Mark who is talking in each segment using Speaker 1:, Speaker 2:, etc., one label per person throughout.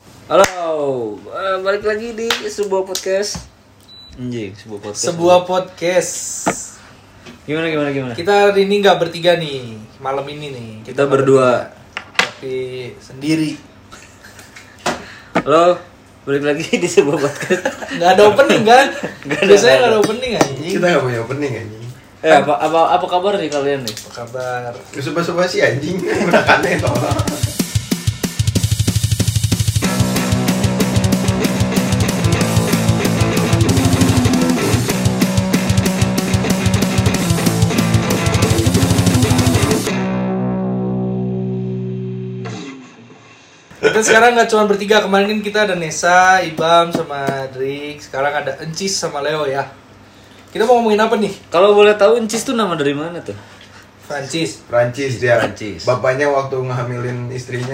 Speaker 1: eh,
Speaker 2: balik lagi di sebuah podcast
Speaker 1: Anjing, sebuah podcast.
Speaker 3: sebuah podcast.
Speaker 1: Gimana gimana gimana?
Speaker 3: Kita hari ini nggak bertiga nih, malam ini nih.
Speaker 1: Kita berdua.
Speaker 3: tapi sendiri.
Speaker 1: Halo, balik lagi di sebuah podcast.
Speaker 3: Nggak ada opening kan? Biasanya nggak ada opening anjing.
Speaker 4: Kita gak punya opening anjing
Speaker 1: eh, apa apa apa kabar nih kalian nih?
Speaker 3: Apa kabar?
Speaker 4: Sumpah-sumpah sih anjing Menekannya itu
Speaker 3: Kita sekarang nggak cuma bertiga, kemarin kan kita ada Nesa, Ibam, sama Drik. Sekarang ada Encis sama Leo ya. Kita mau ngomongin apa nih?
Speaker 1: Kalau boleh tahu Encis tuh nama dari mana tuh?
Speaker 3: Francis.
Speaker 4: Prancis dia
Speaker 1: Prancis.
Speaker 4: Bapaknya waktu ngehamilin istrinya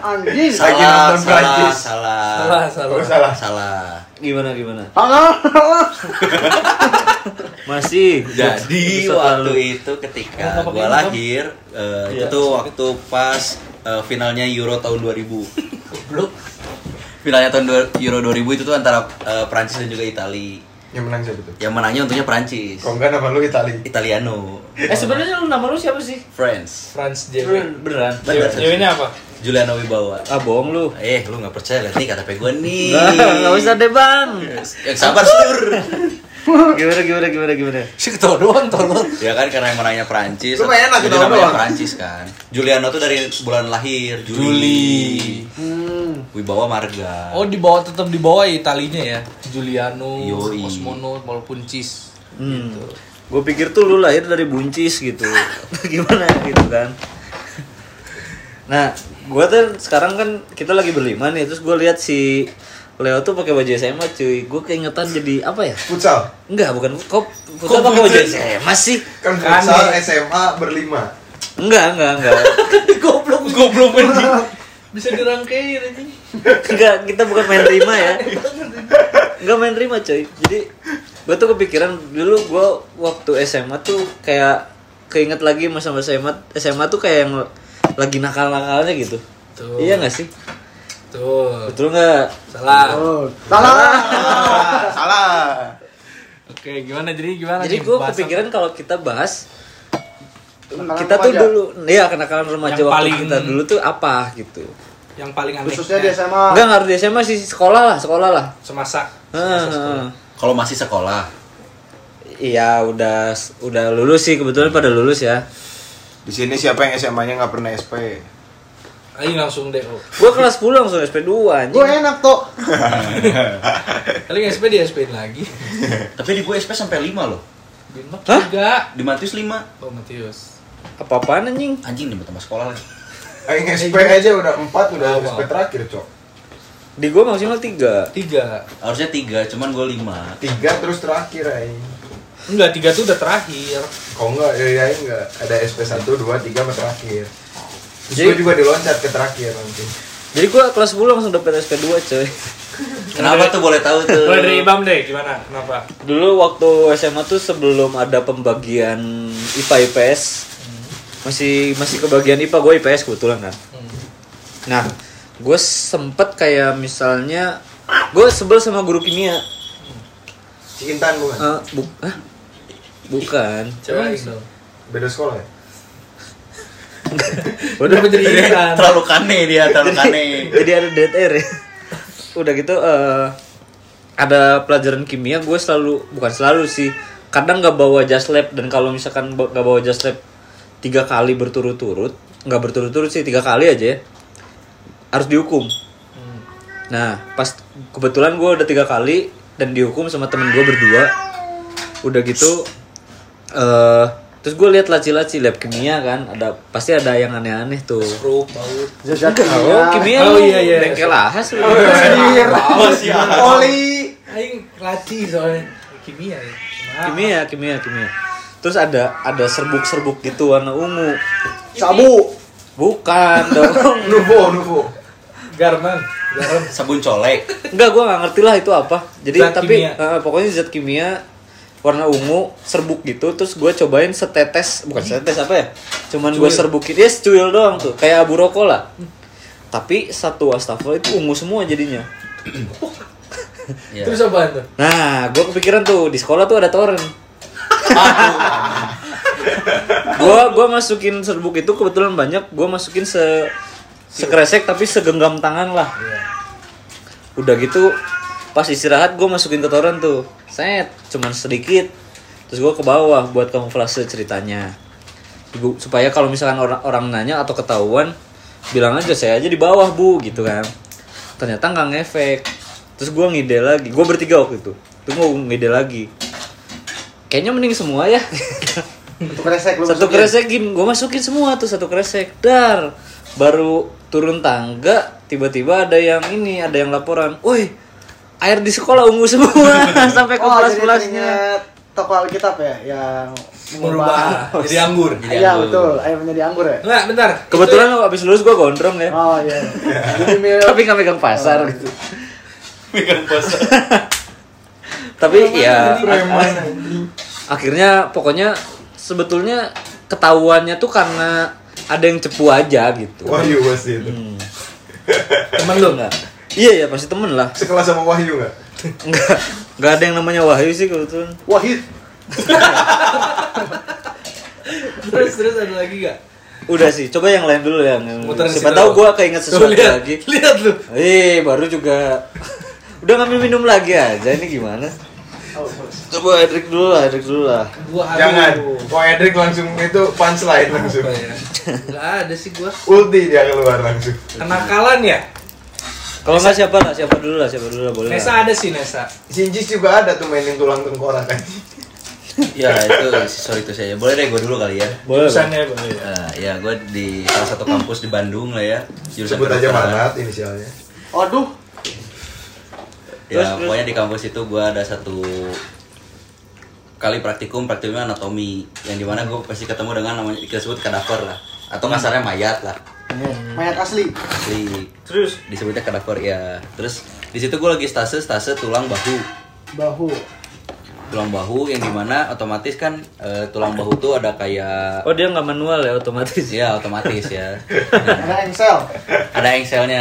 Speaker 2: anjing
Speaker 4: Lagi nonton Prancis
Speaker 3: Salah, salah.
Speaker 4: Oh salah
Speaker 5: salah
Speaker 1: Gimana gimana? Masih.
Speaker 5: jadi
Speaker 1: Episode
Speaker 5: waktu
Speaker 1: lalu.
Speaker 5: itu ketika gua lahir eh, itu
Speaker 3: Iya,
Speaker 5: tuh waktu pas eh, finalnya Euro tahun 2000
Speaker 3: Belum.
Speaker 5: finalnya tahun dua- Euro 2000 itu tuh antara eh, Prancis dan juga Itali
Speaker 4: Yang menang siapa tuh?
Speaker 5: yang menangnya untungnya Prancis
Speaker 4: Kok enggak nama lu Itali?
Speaker 5: Italiano
Speaker 1: Eh sebenarnya lu nama lu siapa sih?
Speaker 5: France
Speaker 3: Franz JW.
Speaker 1: Beneran? Iya, beneran.
Speaker 5: Bener,
Speaker 3: JW ini apa?
Speaker 5: Juliano Wibawa
Speaker 1: Ah bohong lu.
Speaker 5: eh lu nggak percaya lihat nih KTP gua nih
Speaker 1: Iya. Enggak usah deh, Bang.
Speaker 5: yang sabar sur
Speaker 1: Gimana gimana gimana gimana?
Speaker 3: Si ketawa doang, tolong.
Speaker 5: Ya kan karena yang menangnya Perancis.
Speaker 4: Lumayan lah,
Speaker 5: jadi
Speaker 4: kita
Speaker 5: namanya
Speaker 4: doang.
Speaker 5: Perancis kan. Juliano tuh dari bulan lahir, Juli.
Speaker 1: Hmm.
Speaker 5: Wibawa marga.
Speaker 3: Oh di bawah tetap di bawah Italinya ya. Giuliano,
Speaker 5: Yoi.
Speaker 3: Osmono, walaupun Cis.
Speaker 1: Hmm. Gue pikir tuh lu lahir dari buncis gitu. Gimana gitu kan. Nah, gua tuh sekarang kan kita lagi berlima nih, terus gua lihat si Leo tuh pakai baju SMA cuy. Gue keingetan jadi apa ya?
Speaker 4: Futsal
Speaker 1: Enggak, bukan kok Futsal pakai baju SMA sih?
Speaker 4: Kan futsal SMA berlima
Speaker 1: Enggak, enggak, enggak.
Speaker 3: goblok, goblok anjing. Bisa dirangkai anjing.
Speaker 1: enggak, kita bukan main terima ya. Enggak main terima cuy. Jadi gua tuh kepikiran dulu gua waktu SMA tuh kayak keinget lagi masa-masa SMA SMA tuh kayak yang lagi nakal-nakalnya gitu.
Speaker 3: Tuh.
Speaker 1: Iya gak sih?
Speaker 3: Tuh.
Speaker 1: Betul nggak?
Speaker 3: Salah.
Speaker 4: Salah
Speaker 3: Oke, gimana jadi gimana?
Speaker 1: Jadi
Speaker 3: nih
Speaker 1: gue
Speaker 3: pembahasan?
Speaker 1: kepikiran kalau kita bahas kita tuh dulu, ya kenakalan remaja
Speaker 3: Yang
Speaker 1: waktu
Speaker 3: paling-
Speaker 1: kita dulu tuh apa gitu?
Speaker 3: yang paling aneh. Eh,
Speaker 4: SMA
Speaker 6: Ah.
Speaker 1: Enggak nggak harus di SMA sih sekolah lah, sekolah lah.
Speaker 3: semasa.
Speaker 1: Heeh.
Speaker 5: Kalau masih sekolah
Speaker 1: Iya udah udah lulus sih kebetulan pada lulus ya.
Speaker 4: di sini siapa yang SMA-nya nggak pernah SP?
Speaker 3: Ayo langsung oh. DO.
Speaker 1: Gue kelas 10 langsung SP 2 anjing.
Speaker 6: ya.
Speaker 4: enak tuh.
Speaker 3: Paling SP di SP ya lagi.
Speaker 5: Tapi di gue SP sampai 5 loh.
Speaker 3: Bimbang
Speaker 1: Hah?
Speaker 3: juga.
Speaker 5: Di Matius 5.
Speaker 3: Oh, Matius.
Speaker 1: Apa-apaan anjing?
Speaker 5: Anjing di tambah sekolah lagi.
Speaker 4: Yang SP aja udah empat udah
Speaker 3: Wow.
Speaker 4: SP terakhir cok.
Speaker 1: Di gue maksimal 3.
Speaker 3: Tiga.
Speaker 5: Harusnya 3, cuman gue 5.
Speaker 4: Tiga terus terakhir aing.
Speaker 3: Enggak, tiga tuh udah terakhir.
Speaker 4: Kok enggak dari ya, aing enggak ada SP 1 2 3 sama terakhir. Terus
Speaker 1: Jadi-
Speaker 4: gue juga diloncat ke terakhir nanti.
Speaker 1: Jadi gue kelas 10 langsung dapet SP 2 coy.
Speaker 5: Kenapa tuh boleh tahu tuh?
Speaker 3: Mulai dari Ibam deh, gimana? Kenapa?
Speaker 1: Dulu waktu SMA tuh sebelum ada pembagian IPA IPS masih masih kebagian IPA gue IPS kebetulan kan. Nah, gue sempet kayak misalnya gue sebel sama guru kimia.
Speaker 4: Cikintan bukan?
Speaker 1: Eh, bu- hah? bukan.
Speaker 3: Coba Ibam.
Speaker 4: Beda sekolah ya?
Speaker 1: Waduh,
Speaker 3: jadi
Speaker 5: Iya.
Speaker 3: Ibam?
Speaker 5: terlalu kane dia, terlalu kane.
Speaker 1: jadi, jadi ada dead air ya. Udah gitu eh, ada pelajaran kimia gue selalu bukan selalu sih kadang nggak bawa jas lab dan kalau misalkan ba- nggak bawa jas lab tiga kali berturut-turut nggak berturut-turut sih tiga kali aja ya harus dihukum nah pas kebetulan gue udah tiga kali dan dihukum sama temen gue berdua udah gitu eh terus gue lihat laci-laci lab kimia kan ada pasti ada yang aneh-aneh tuh
Speaker 3: Pro, baut.
Speaker 1: Zat kimia. kimia
Speaker 3: Oh,
Speaker 1: lu
Speaker 3: iya, iya.
Speaker 1: bengkel ahas Oh, lu.
Speaker 4: Oli.
Speaker 3: Aing laci soalnya kimia ya. Maaf.
Speaker 1: Kimia, kimia, kimia. Terus ada ada serbuk-serbuk gitu warna ungu.
Speaker 4: Sabu.
Speaker 1: Bukan dong.
Speaker 4: Nuvo, Nuvo.
Speaker 3: Garman, garam.
Speaker 5: Sabun colek.
Speaker 1: Enggak, gua nggak ngerti lah itu apa. Jadi
Speaker 3: Zat
Speaker 1: tapi
Speaker 3: kimia.
Speaker 1: eh, pokoknya zat kimia warna ungu serbuk gitu terus gua cobain setetes bukan setetes apa ya cuman gua
Speaker 3: Cuil.
Speaker 1: serbukin ya secuil doang tuh kayak abu rokok lah tapi satu wastafel itu ungu semua jadinya
Speaker 5: Iya.
Speaker 3: Terus apaan tuh?
Speaker 1: Nah, gue kepikiran tuh di sekolah tuh ada torrent. gua gua masukin serbuk itu kebetulan banyak, gua masukin se sekresek tapi segenggam tangan lah. Udah gitu pas istirahat gua masukin ke torrent tuh. Set, cuman sedikit. Terus gua ke bawah buat kamuflase ceritanya. Ibu supaya kalau misalkan orang orang nanya atau ketahuan bilang aja saya aja di bawah, Bu, gitu kan. Ternyata nggak ngefek. Terus gua ngide lagi. Gua bertiga waktu itu. Terus gua ngide lagi. Kayaknya mending semua ya.
Speaker 4: Satu kresek lu
Speaker 1: satu
Speaker 4: masukin.
Speaker 1: kresek gini gue masukin semua tuh satu kresek dar baru turun tangga tiba-tiba ada yang ini ada yang laporan woi air di sekolah ungu semua sampai ke
Speaker 2: Oh,
Speaker 1: kelas
Speaker 2: jadi
Speaker 1: kelasnya
Speaker 2: punya toko Alkitab ya yang
Speaker 3: Merubah jadi anggur.
Speaker 5: Jadi
Speaker 2: Iya
Speaker 5: anggur.
Speaker 2: betul, ayo menjadi anggur ya.
Speaker 3: Enggak, bentar.
Speaker 1: kebetulan abis lulus gue gondrong ya
Speaker 2: Oh iya. Jadi mil-
Speaker 1: tapi nggak megang pasar gitu
Speaker 5: Megang puasa.
Speaker 1: tapi ya
Speaker 3: Jadi preman.
Speaker 1: akhirnya pokoknya sebetulnya ketahuannya tuh karena ada yang cepu aja gitu
Speaker 4: Wahyu pasti itu.
Speaker 3: Temen lu enggak?
Speaker 1: iya ya pasti temen lah
Speaker 4: Sekelas sama Wahyu nggak?
Speaker 1: nggak nggak ada yang namanya Wahyu sih kebetulan
Speaker 4: Wahid.
Speaker 3: Terus terus ada lagi enggak?
Speaker 1: Udah sih, coba yang lain dulu yang yang-
Speaker 3: Muterin
Speaker 1: siapa
Speaker 3: situ.
Speaker 1: tahu gua keinget
Speaker 3: Tuh,
Speaker 1: sesuatu
Speaker 3: lihat,
Speaker 1: lagi.
Speaker 3: Lihat lu.
Speaker 1: Eh, baru juga udah ngambil minum lagi aja ini gimana? Coba Edric dulu lah, Edric dulu lah.
Speaker 3: Gua aduh.
Speaker 4: Jangan. Wah Edric langsung itu punchline langsung.
Speaker 3: Apa ya? Enggak ada sih gua.
Speaker 4: Ulti dia keluar langsung.
Speaker 3: Kenakalan ya?
Speaker 1: Kalau nggak siapa lah, siapa dulu lah, siapa dulu lah boleh.
Speaker 3: Nesa
Speaker 1: lah.
Speaker 3: ada sih Nesa.
Speaker 4: Sinjis juga ada tuh mainin tulang tengkorak kan.
Speaker 5: Ya itu sorry itu saya. Boleh deh gue dulu kali ya.
Speaker 1: Boleh. Bang. iya.
Speaker 3: boleh.
Speaker 5: Eh, ya gue di salah satu kampus di Bandung lah ya. Jurusan
Speaker 4: Sebut aja
Speaker 5: kedokteran.
Speaker 4: Manat inisialnya.
Speaker 2: Aduh,
Speaker 5: Ya
Speaker 1: Terus, terus.
Speaker 5: pokoknya di kampus itu gue ada satu kali praktikum praktikumnya anatomi yang dimana gue pasti ketemu dengan namanya kita sebut kadaver lah atau kasarnya mayat lah
Speaker 2: mayat asli.
Speaker 5: asli
Speaker 1: Terus
Speaker 5: disebutnya kadaver ya terus di situ gue lagi stase stase tulang bahu
Speaker 2: Bahu.
Speaker 5: tulang bahu yang dimana otomatis kan eh, tulang bahu tuh ada kayak
Speaker 1: Oh dia nggak manual ya otomatis.
Speaker 5: ya otomatis ya
Speaker 2: Ada engsel.
Speaker 5: ada engselnya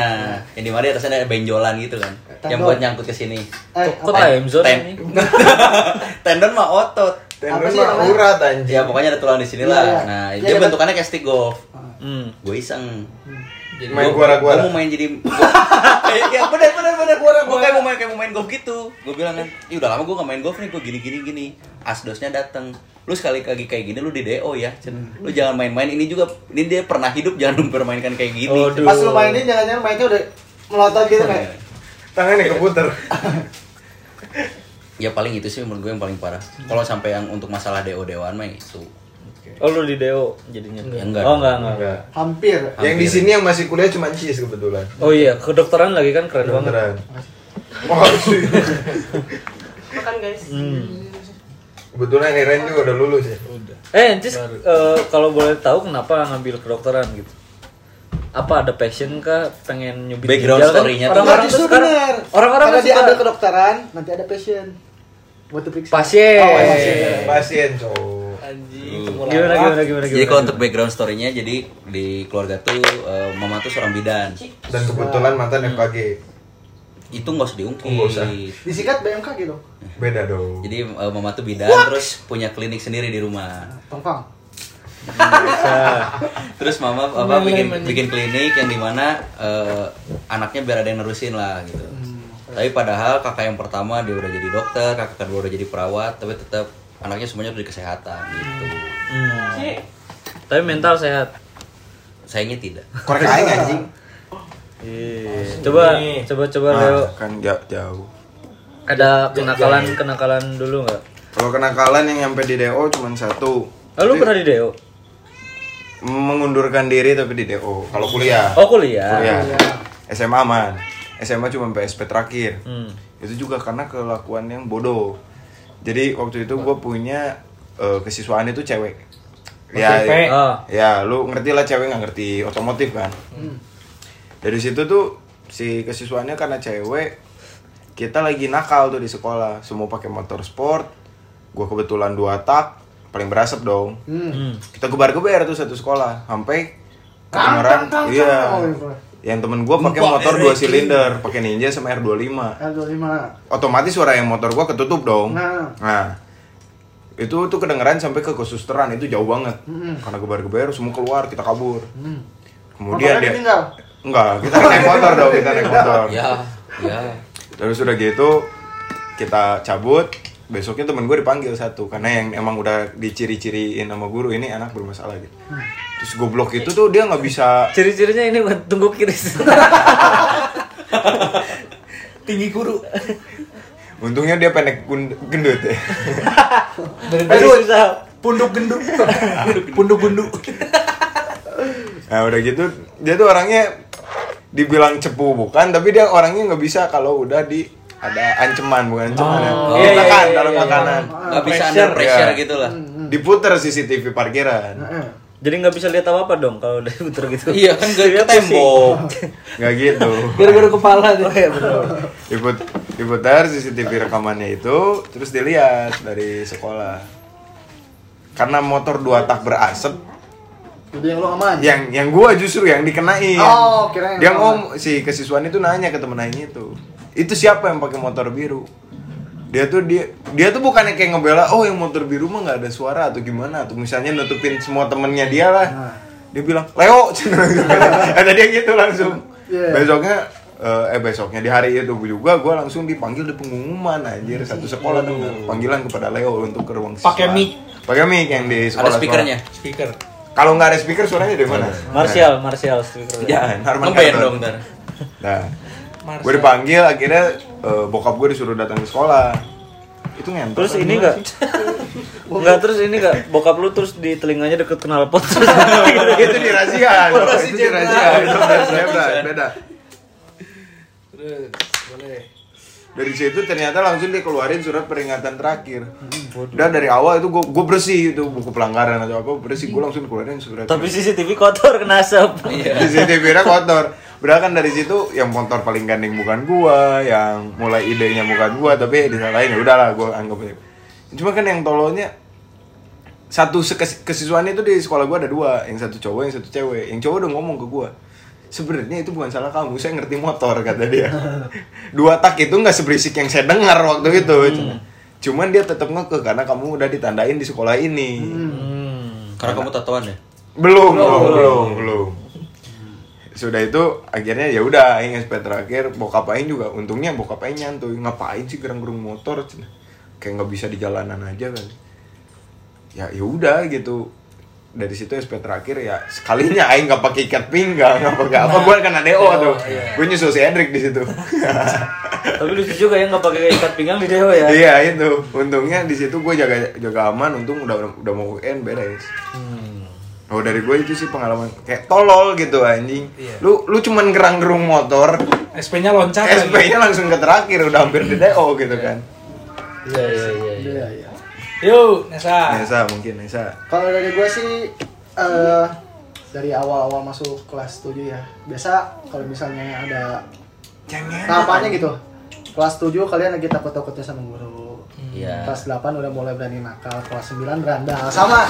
Speaker 5: yang dimana di atasnya ada benjolan gitu kan yang
Speaker 2: Tendon.
Speaker 5: buat nyangkut ke sini
Speaker 2: Eh,
Speaker 1: Kok kok
Speaker 2: apa?
Speaker 1: time zone
Speaker 5: Ten-
Speaker 1: ya, ini?
Speaker 5: tendon mah otot
Speaker 2: Apa
Speaker 4: Tendon
Speaker 2: sih
Speaker 4: mah
Speaker 2: namanya?
Speaker 4: urat anjing.
Speaker 1: Iya.
Speaker 5: ya pokoknya ada tulang di sini
Speaker 2: Iya,
Speaker 5: lah
Speaker 2: iya.
Speaker 5: nah
Speaker 1: Ya,
Speaker 2: Iya,
Speaker 5: dia
Speaker 2: iya.
Speaker 5: bentukannya kayak stick golf
Speaker 1: Hmm.
Speaker 5: gue iseng
Speaker 3: Jadi
Speaker 4: Main
Speaker 5: Gua-
Speaker 4: guara-guara.
Speaker 5: gua mau main jadi ya benar benar benar gue kayak mau main kayak mau main golf gitu gue bilang kan "Ih, udah lama gue gak main golf nih gue gini gini gini asdosnya dateng lu sekali lagi kayak gini lu di do ya Cen.
Speaker 1: Hmm.
Speaker 5: lu jangan main-main ini juga ini dia pernah hidup jangan mempermainkan kayak gini Iya.
Speaker 1: Aduh. Iya.
Speaker 2: Pas lu mainin jangan-jangan mainnya udah melotot gitu kayak.
Speaker 4: Tangannya keputer.
Speaker 5: ya paling itu sih menurut gue yang paling parah
Speaker 1: Hmm.
Speaker 5: kalau sampai yang untuk masalah do dewan mah itu
Speaker 1: Oh lu di Deo jadinya.
Speaker 5: Ya, enggak.
Speaker 1: Oh enggak enggak.
Speaker 4: Enggak.
Speaker 2: Hampir.
Speaker 1: Iya.
Speaker 4: Yang di sini yang masih kuliah cuma Cis kebetulan.
Speaker 1: Oh iya, kedokteran lagi kan keren banget.
Speaker 4: Beneran. Oh, Makasih.
Speaker 7: Makan guys.
Speaker 4: Kebetulan Iren juga udah lulus ya.
Speaker 1: Eh, Cis, eh, kalau boleh tahu kenapa ngambil kedokteran gitu? Apa ada passion kah pengen nyubit
Speaker 5: Background
Speaker 1: ginjal kan?
Speaker 5: story-nya tuh.
Speaker 1: Orang-orang
Speaker 2: Nah,
Speaker 1: tuh
Speaker 2: justru
Speaker 1: sekarang
Speaker 2: bener.
Speaker 1: orang-orang
Speaker 2: Karena
Speaker 1: kan
Speaker 2: dia
Speaker 1: suka
Speaker 2: ambil kedokteran, nanti ada passion. Buat diperiksa.
Speaker 1: pasien.
Speaker 2: Oh, pasien.
Speaker 4: Pasien cowok.
Speaker 3: anjing
Speaker 1: Gimana gimana gimana
Speaker 5: jadi kalau
Speaker 1: gimana?
Speaker 5: untuk background story-nya jadi di keluarga tuh eh, mama tuh seorang bidan
Speaker 4: Dan kebetulan mantan FKG.
Speaker 5: itu nggak usah diungkit
Speaker 4: Nggak usah.
Speaker 2: Disikat BMK gitu.
Speaker 4: Beda dong.
Speaker 5: Jadi eh, mama tuh bidan terus punya klinik sendiri di rumah.
Speaker 2: Tongfang.
Speaker 5: Terus mama apa
Speaker 3: Mulai
Speaker 5: bikin
Speaker 3: mandi.
Speaker 5: bikin klinik yang dimana eh, anaknya biar ada yang nerusin lah gitu. Tapi padahal kakak yang pertama dia udah jadi dokter, kakak kedua udah jadi perawat, tapi tetap anaknya semuanya udah di kesehatan gitu.
Speaker 1: Hmm.
Speaker 7: Ci,
Speaker 1: Tapi mental sehat.
Speaker 5: Sayangnya tidak.
Speaker 4: Korek aing anjing.
Speaker 1: Iya. Coba coba coba Leo
Speaker 6: kan ja- jauh
Speaker 1: ada kenakalan kenakalan dulu nggak?
Speaker 6: kalau kenakalan yang nyampe di DO cuma satu
Speaker 1: Oh, lu pernah di Deo?
Speaker 6: mengundurkan diri tapi di DO
Speaker 4: Kalau kuliah.
Speaker 1: Oh, kuliah.
Speaker 6: kuliah SMA aman SMA cuma PSP terakhir
Speaker 1: Hmm.
Speaker 6: itu juga karena kelakuan yang bodoh jadi waktu itu gue punya eh, kesiswaan itu cewek ya
Speaker 3: OTP.
Speaker 1: Ah.
Speaker 6: ya lu ngerti lah cewek nggak ngerti otomotif kan dari situ tuh si kesiswaannya karena cewek kita lagi nakal tuh di sekolah semua pakai motor sport gue kebetulan dua tak paling berasap dong
Speaker 2: Hmm.
Speaker 1: Hmm.
Speaker 6: kita gebar gebar tuh satu sekolah sampai kedengeran
Speaker 2: Kang, kang, kang,
Speaker 6: iya
Speaker 2: kang. Oh, iya.
Speaker 6: yang temen gue pakai
Speaker 5: Lupa,
Speaker 6: motor dua
Speaker 5: Eric.
Speaker 6: silinder pakai ninja sama R25
Speaker 2: L25
Speaker 6: otomatis suara yang motor gue ketutup dong
Speaker 2: Nah.
Speaker 6: nah itu tuh kedengeran sampai ke kesusteran itu jauh banget karena gebar-gebar semua keluar kita kabur kemudian dia
Speaker 2: Motornya Hmm. ditinggal?
Speaker 6: enggak kita naik motor dong kita naik motor
Speaker 5: Ya, ya.
Speaker 6: Terus udah gitu kita cabut besoknya temen gue dipanggil satu karena yang emang udah diciri-ciriin sama guru ini anak bermasalah gitu terus goblok itu tuh dia nggak bisa
Speaker 1: Ciri-cirinya ini buat tunggu kiris.
Speaker 5: Tinggi guru.
Speaker 6: untungnya dia pendek gun- gendut ya
Speaker 3: Dari
Speaker 1: Aduh, susah.
Speaker 3: punduk genduk. punduk genduk.
Speaker 6: nah udah gitu dia tuh orangnya dibilang cepu bukan tapi dia orangnya nggak bisa kalau udah di ada ancaman bukan ancaman ya.
Speaker 5: Oh, iya, iya,
Speaker 6: Tekan,
Speaker 1: iya,
Speaker 6: dalam
Speaker 1: iya.
Speaker 6: tekanan
Speaker 5: Gak bisa under pressure
Speaker 6: ya.
Speaker 5: gitu lah.
Speaker 6: diputer CCTV parkiran
Speaker 2: Heeh.
Speaker 1: Jadi nggak bisa lihat apa apa dong kalau udah puter gitu.
Speaker 5: Iya kan ke, ke
Speaker 1: Lihat
Speaker 5: tembok.
Speaker 6: nggak gitu
Speaker 3: Gara-gara kepala dia.
Speaker 1: Oh, iya,
Speaker 6: Diput, diputar CCTV rekamannya itu terus dilihat dari sekolah karena motor dua tak berasap
Speaker 2: Jadi yang lu aman?
Speaker 5: Iya.
Speaker 6: yang yang gua justru yang dikenain
Speaker 2: Oh, kirain
Speaker 6: dia
Speaker 2: yang
Speaker 6: ngom si kesiswaan itu nanya ke temen lain itu itu siapa yang pakai motor biru dia tuh dia dia tuh bukannya kayak ngebela oh yang motor biru mah nggak ada suara atau gimana atau misalnya nutupin semua temennya dia lah
Speaker 2: Nah.
Speaker 6: dia bilang Leo ada dia gitu langsung
Speaker 2: Iya.
Speaker 6: besoknya eh, eh besoknya di hari itu juga gua langsung dipanggil di pengumuman anjir satu sekolah tuh panggilan kepada Leo untuk ke ruang
Speaker 3: Pakai
Speaker 6: siswaan.
Speaker 3: mic.
Speaker 6: pakai mic yang di sekolah
Speaker 5: Ada speakernya.
Speaker 3: Speaker.
Speaker 6: kalau nggak ada speaker suaranya dari mana
Speaker 1: Martial, Martial speaker.
Speaker 6: Jangan, Harman
Speaker 5: Ngeband
Speaker 6: Kardon.
Speaker 5: dong ntar.
Speaker 6: Nah,
Speaker 3: Marcel.
Speaker 6: gue dipanggil akhirnya eh, bokap gue disuruh datang ke sekolah. Itu ngentot.
Speaker 1: Terus
Speaker 6: kan,
Speaker 1: ini
Speaker 6: gimana
Speaker 1: enggak
Speaker 6: sih?
Speaker 1: Enggak terus ini enggak bokap lu terus di telinganya deket knalpot terus.
Speaker 6: itu di razia. itu di razia. Itu beda, beda, beda.
Speaker 3: Terus boleh.
Speaker 6: Dari situ ternyata langsung dikeluarin surat peringatan terakhir. Udah dari awal itu gue gue bersih itu buku pelanggaran atau apa bersih gue langsung keluarin surat.
Speaker 1: Tapi CCTV kotor kena asap.
Speaker 5: Iya.
Speaker 6: di CCTV-nya kotor. Berarti kan dari situ yang motor paling gandeng bukan gua, yang mulai idenya bukan gua, tapi disalahin ya udahlah gua anggap aja. Cuma kan yang tolonya satu se- kes- kesiswaan itu di sekolah gua ada dua, yang satu cowok, yang satu cewek. Yang cowok udah ngomong ke gua, sebenarnya itu bukan salah kamu, saya ngerti motor kata dia. Dua tak itu nggak seberisik yang saya dengar waktu itu. Cuman dia tetap ngekeh karena kamu udah ditandain di sekolah ini.
Speaker 5: Karena kamu tatoan ya.
Speaker 6: Belum, belum, belum, belum. Sudah itu akhirnya ya udah aing SP terakhir bokap aing juga untungnya bokap aing nyantui ngapain sih gerang-gerung motor cenah. kayak nggak bisa di jalanan aja kan. Ya ya udah gitu. Dari situ SP terakhir ya sekalinya aing nggak pakai ikat pinggang nggak pakai apa gua kan DO tuh. Gua nyusul si Hendrik di situ.
Speaker 1: Tapi lucu juga ya nggak pakai ikat pinggang di Dewa ya.
Speaker 6: Iya itu. Untungnya di situ gue jaga jaga aman. Untung udah udah mau UN beres. Oh dari gue itu sih pengalaman kayak tolol gitu anjing. Lu lu cuman gerang gerung motor.
Speaker 3: SP-nya loncat. lagi.
Speaker 6: SP-nya langsung ke terakhir udah hampir di DO gitu kan.
Speaker 3: Iya iya iya.
Speaker 2: Iya, iya.
Speaker 3: Yuk, Nesa.
Speaker 6: Nesa mungkin Nesa.
Speaker 2: Kalau dari gue sih eh dari awal-awal masuk kelas 7 ya. Biasa kalau misalnya ada tahapannya gitu. Kelas 7 kalian lagi takut-takutnya sama guru.
Speaker 5: Iya.
Speaker 2: Kelas 8 udah mulai berani nakal, kelas 9 berandal. Sama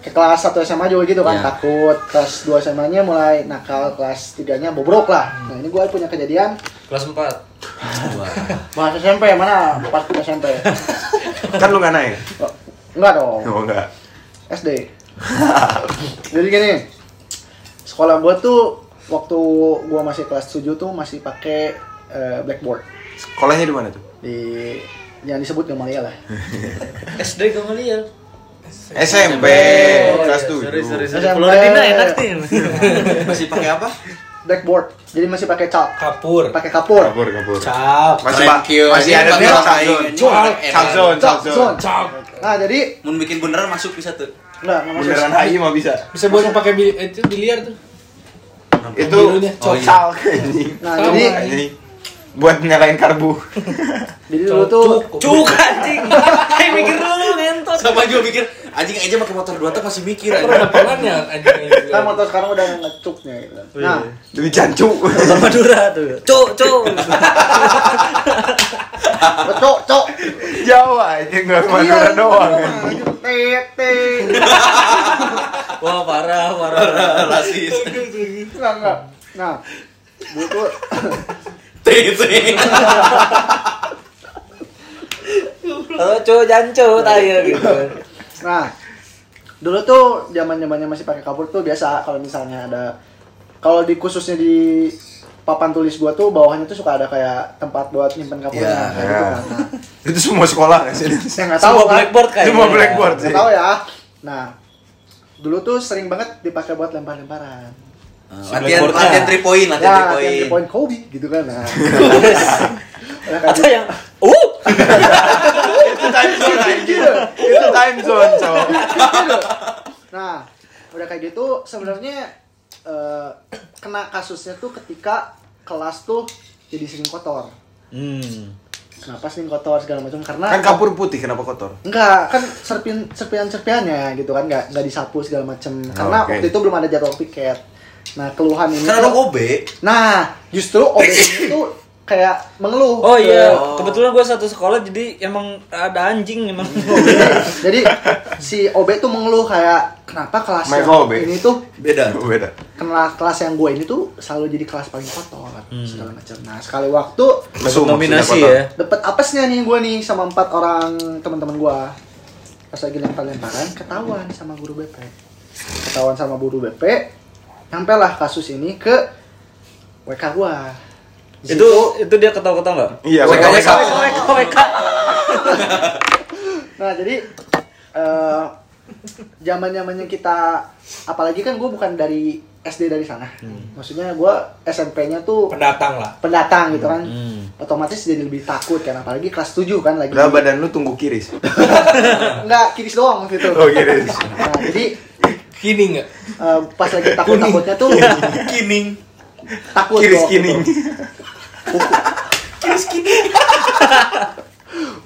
Speaker 2: ke kelas 1 SMA juga gitu kan
Speaker 5: Iya.
Speaker 2: takut. Kelas 2 SMA-nya mulai nakal, kelas 3-nya bobrok
Speaker 5: Hmm.
Speaker 2: lah. Nah, ini gue punya kejadian
Speaker 1: Kelas 4.
Speaker 5: Wah.
Speaker 2: Mas SMP mana? Pas SMP.
Speaker 6: Kan lu nggak naik.
Speaker 2: Oh, enggak dong.
Speaker 6: Oh enggak.
Speaker 2: SD. Jadi gini, sekolah gua tuh waktu gua masih kelas 7 tuh masih pakai eh, blackboard
Speaker 6: Sekolahnya di mana tuh?
Speaker 2: di yang disebut Gamalia lah.
Speaker 1: SD Gamaliel.
Speaker 6: SMP
Speaker 5: Oh,
Speaker 6: kelas tujuh.
Speaker 1: Iya, Sorry, sorry, sorry.
Speaker 2: SMP.
Speaker 1: Floridina enak nih.
Speaker 5: Masih pakai apa?
Speaker 2: Blackboard. Jadi masih pakai cat,
Speaker 3: Kapur.
Speaker 2: pakai kapur.
Speaker 6: Kabur kabur.
Speaker 3: Cap.
Speaker 6: Masih
Speaker 5: Thank you. Iya,
Speaker 6: masih
Speaker 5: Ini
Speaker 6: ada
Speaker 5: pakai
Speaker 6: nih
Speaker 5: bahasa
Speaker 6: calzone.
Speaker 5: Inggris.
Speaker 6: Calzone,
Speaker 2: Cap,
Speaker 6: calzone.
Speaker 2: zone.
Speaker 3: Cap.
Speaker 2: Nah, jadi
Speaker 5: Mau bikin beneran masuk bisa tuh.
Speaker 2: enggak enggak masuk.
Speaker 6: Beneran HI mah bisa.
Speaker 3: Bisa buat yang pakai bi- itu biliar tuh.
Speaker 6: Itu
Speaker 3: birunya,
Speaker 5: calzone.
Speaker 6: calzone anjing.
Speaker 2: Nah,
Speaker 3: Sama.
Speaker 2: jadi
Speaker 6: Anjing. buat nyalain karbu.
Speaker 2: jadi dulu tuh
Speaker 5: Cuk anjing. Kayak mikir dulu ngentot. Sama juga mikir anjing aja pakai motor dua tak masih mikir
Speaker 3: Pernah
Speaker 5: anjing.
Speaker 3: pelan ya anjing.
Speaker 2: kan motor sekarang udah ngecuknya gitu.
Speaker 6: Iya.
Speaker 2: Nah,
Speaker 6: Demi cancu.
Speaker 1: Kota Madura tuh. Cuk, cuk.
Speaker 2: cok cok.
Speaker 6: Jawa aja enggak Madura doang.
Speaker 2: iya.
Speaker 6: kan?
Speaker 2: Tet tet.
Speaker 1: Wah, parah, parah.
Speaker 5: Rasis.
Speaker 2: Enggak, enggak. Nah, gue tuh
Speaker 5: Titi.
Speaker 1: Oh, cu jancu aja gitu.
Speaker 2: nah dulu tuh zaman zamannya masih pakai kabur tuh biasa kalau misalnya ada kalau di khususnya di papan tulis gua tuh bawahnya tuh suka ada kayak tempat buat nyimpen kapurnya
Speaker 5: Iya,
Speaker 2: kayak
Speaker 6: iya.
Speaker 2: gitu kan. Nah,
Speaker 6: Itu semua sekolah nggak sih?
Speaker 2: saya nggak tahu
Speaker 1: Semua
Speaker 2: kan.
Speaker 1: blackboard kan.
Speaker 6: Semua blackboard sih.
Speaker 2: Nggak tahu ya. Nah, dulu tuh sering banget dipakai buat lempar-lemparan.
Speaker 5: Latihan latihan 3 point, latihan
Speaker 2: Ya,
Speaker 5: 3
Speaker 2: yang di
Speaker 5: point.
Speaker 2: poin Kobe gitu kan. Nah, Nah, kayak
Speaker 1: Atau
Speaker 2: gitu.
Speaker 1: yang uh
Speaker 6: Itu time zone anjir. Iya, Itu time zone, cowok.
Speaker 2: Nah, udah kayak gitu sebenarnya eh, kena kasusnya tuh ketika kelas tuh jadi sering kotor.
Speaker 1: Hmm.
Speaker 2: Kenapa sering kotor segala macam? Karena
Speaker 6: Kan kapur putih kenapa kotor?
Speaker 2: Enggak, kan serpian serpian serpiannya gitu kan enggak enggak disapu segala macem
Speaker 6: oke.
Speaker 2: karena waktu itu belum ada jadwal piket. Nah, keluhan ini
Speaker 5: Karena
Speaker 2: tuh-
Speaker 5: lo kobe.
Speaker 2: Nah, justru OB itu kayak mengeluh.
Speaker 1: Oh
Speaker 2: ke-
Speaker 1: iya, kebetulan gue satu sekolah jadi emang ada anjing emang.
Speaker 2: Jadi si OB tuh mengeluh kayak kenapa kelas
Speaker 6: Mereka
Speaker 2: yang
Speaker 6: OB.
Speaker 2: ini tuh
Speaker 5: Beda.
Speaker 6: Oh, Beda.
Speaker 2: kena kelas yang gue ini tuh selalu jadi kelas paling kotor segala macam. Nah, sekali waktu
Speaker 1: Masuk
Speaker 6: Itu maksudnya
Speaker 1: nominasi
Speaker 6: kotor.
Speaker 1: ya.
Speaker 2: dapat apesnya nih gue nih sama empat orang teman-teman gue pas lagi lempar-lemparan ketahuan sama guru BP ketahuan sama guru BP nyampe lah kasus ini ke WK gue
Speaker 1: itu itu dia ketawa-ketawa nggak?
Speaker 6: Iya,
Speaker 5: WK.
Speaker 6: WK.
Speaker 2: nah jadi eh zaman zamannya kita apalagi kan gue bukan dari SD dari sana maksudnya gue SMP-nya tuh
Speaker 3: pendatang lah
Speaker 2: pendatang gitu kan
Speaker 1: Hmm.
Speaker 2: otomatis jadi lebih takut kan apalagi kelas 7 kan lagi
Speaker 6: Udah badan lu tunggu kiris.
Speaker 2: nggak kiris doang waktu itu
Speaker 6: Oh, kiris.
Speaker 2: nah jadi
Speaker 3: kini nggak
Speaker 2: Eh, pas lagi takut takutnya tuh
Speaker 5: Kining.
Speaker 2: takut
Speaker 6: Kiris
Speaker 2: gua waktu
Speaker 6: kining.
Speaker 2: itu.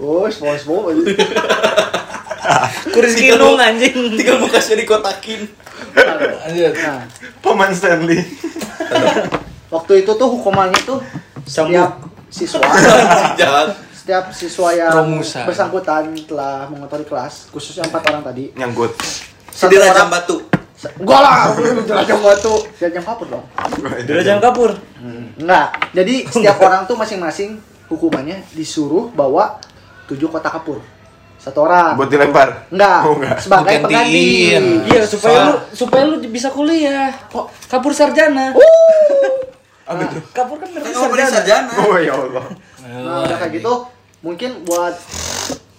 Speaker 2: oh SpongeBob aja
Speaker 1: Kuris kinung anjing.
Speaker 5: Tinggal bekasnya dikotakin.
Speaker 3: Lanjut.
Speaker 2: nah
Speaker 6: Paman Stanley.
Speaker 2: waktu itu tuh hukumannya tuh setiap siswa
Speaker 5: Jahat.
Speaker 2: setiap siswa yang
Speaker 3: Romusa.
Speaker 2: bersangkutan telah mengotori kelas khususnya empat orang tadi
Speaker 6: Nyanggut.
Speaker 5: Si Dirajam Batu.
Speaker 6: Kan
Speaker 2: se- gua lah dirajam batu dirajam kapur dong
Speaker 1: Dirajam kapur.
Speaker 2: enggak jadi setiap orang tuh masing-masing hukumannya disuruh bawa tujuh kotak kapur satu orang
Speaker 6: Buat dilempar.
Speaker 2: enggak
Speaker 6: Oh, enggak.
Speaker 2: sebagai
Speaker 3: Gantiin.
Speaker 2: pengganti
Speaker 1: Iya, supaya lu supaya lu bisa kuliah. Kok kapur sarjana.
Speaker 3: Oh,
Speaker 1: Kapur kan berarti
Speaker 5: Kamu beli
Speaker 1: sarjana.
Speaker 5: sarjana.
Speaker 6: Oh ya Allah.
Speaker 2: Nah, udah kayak gitu, mungkin buat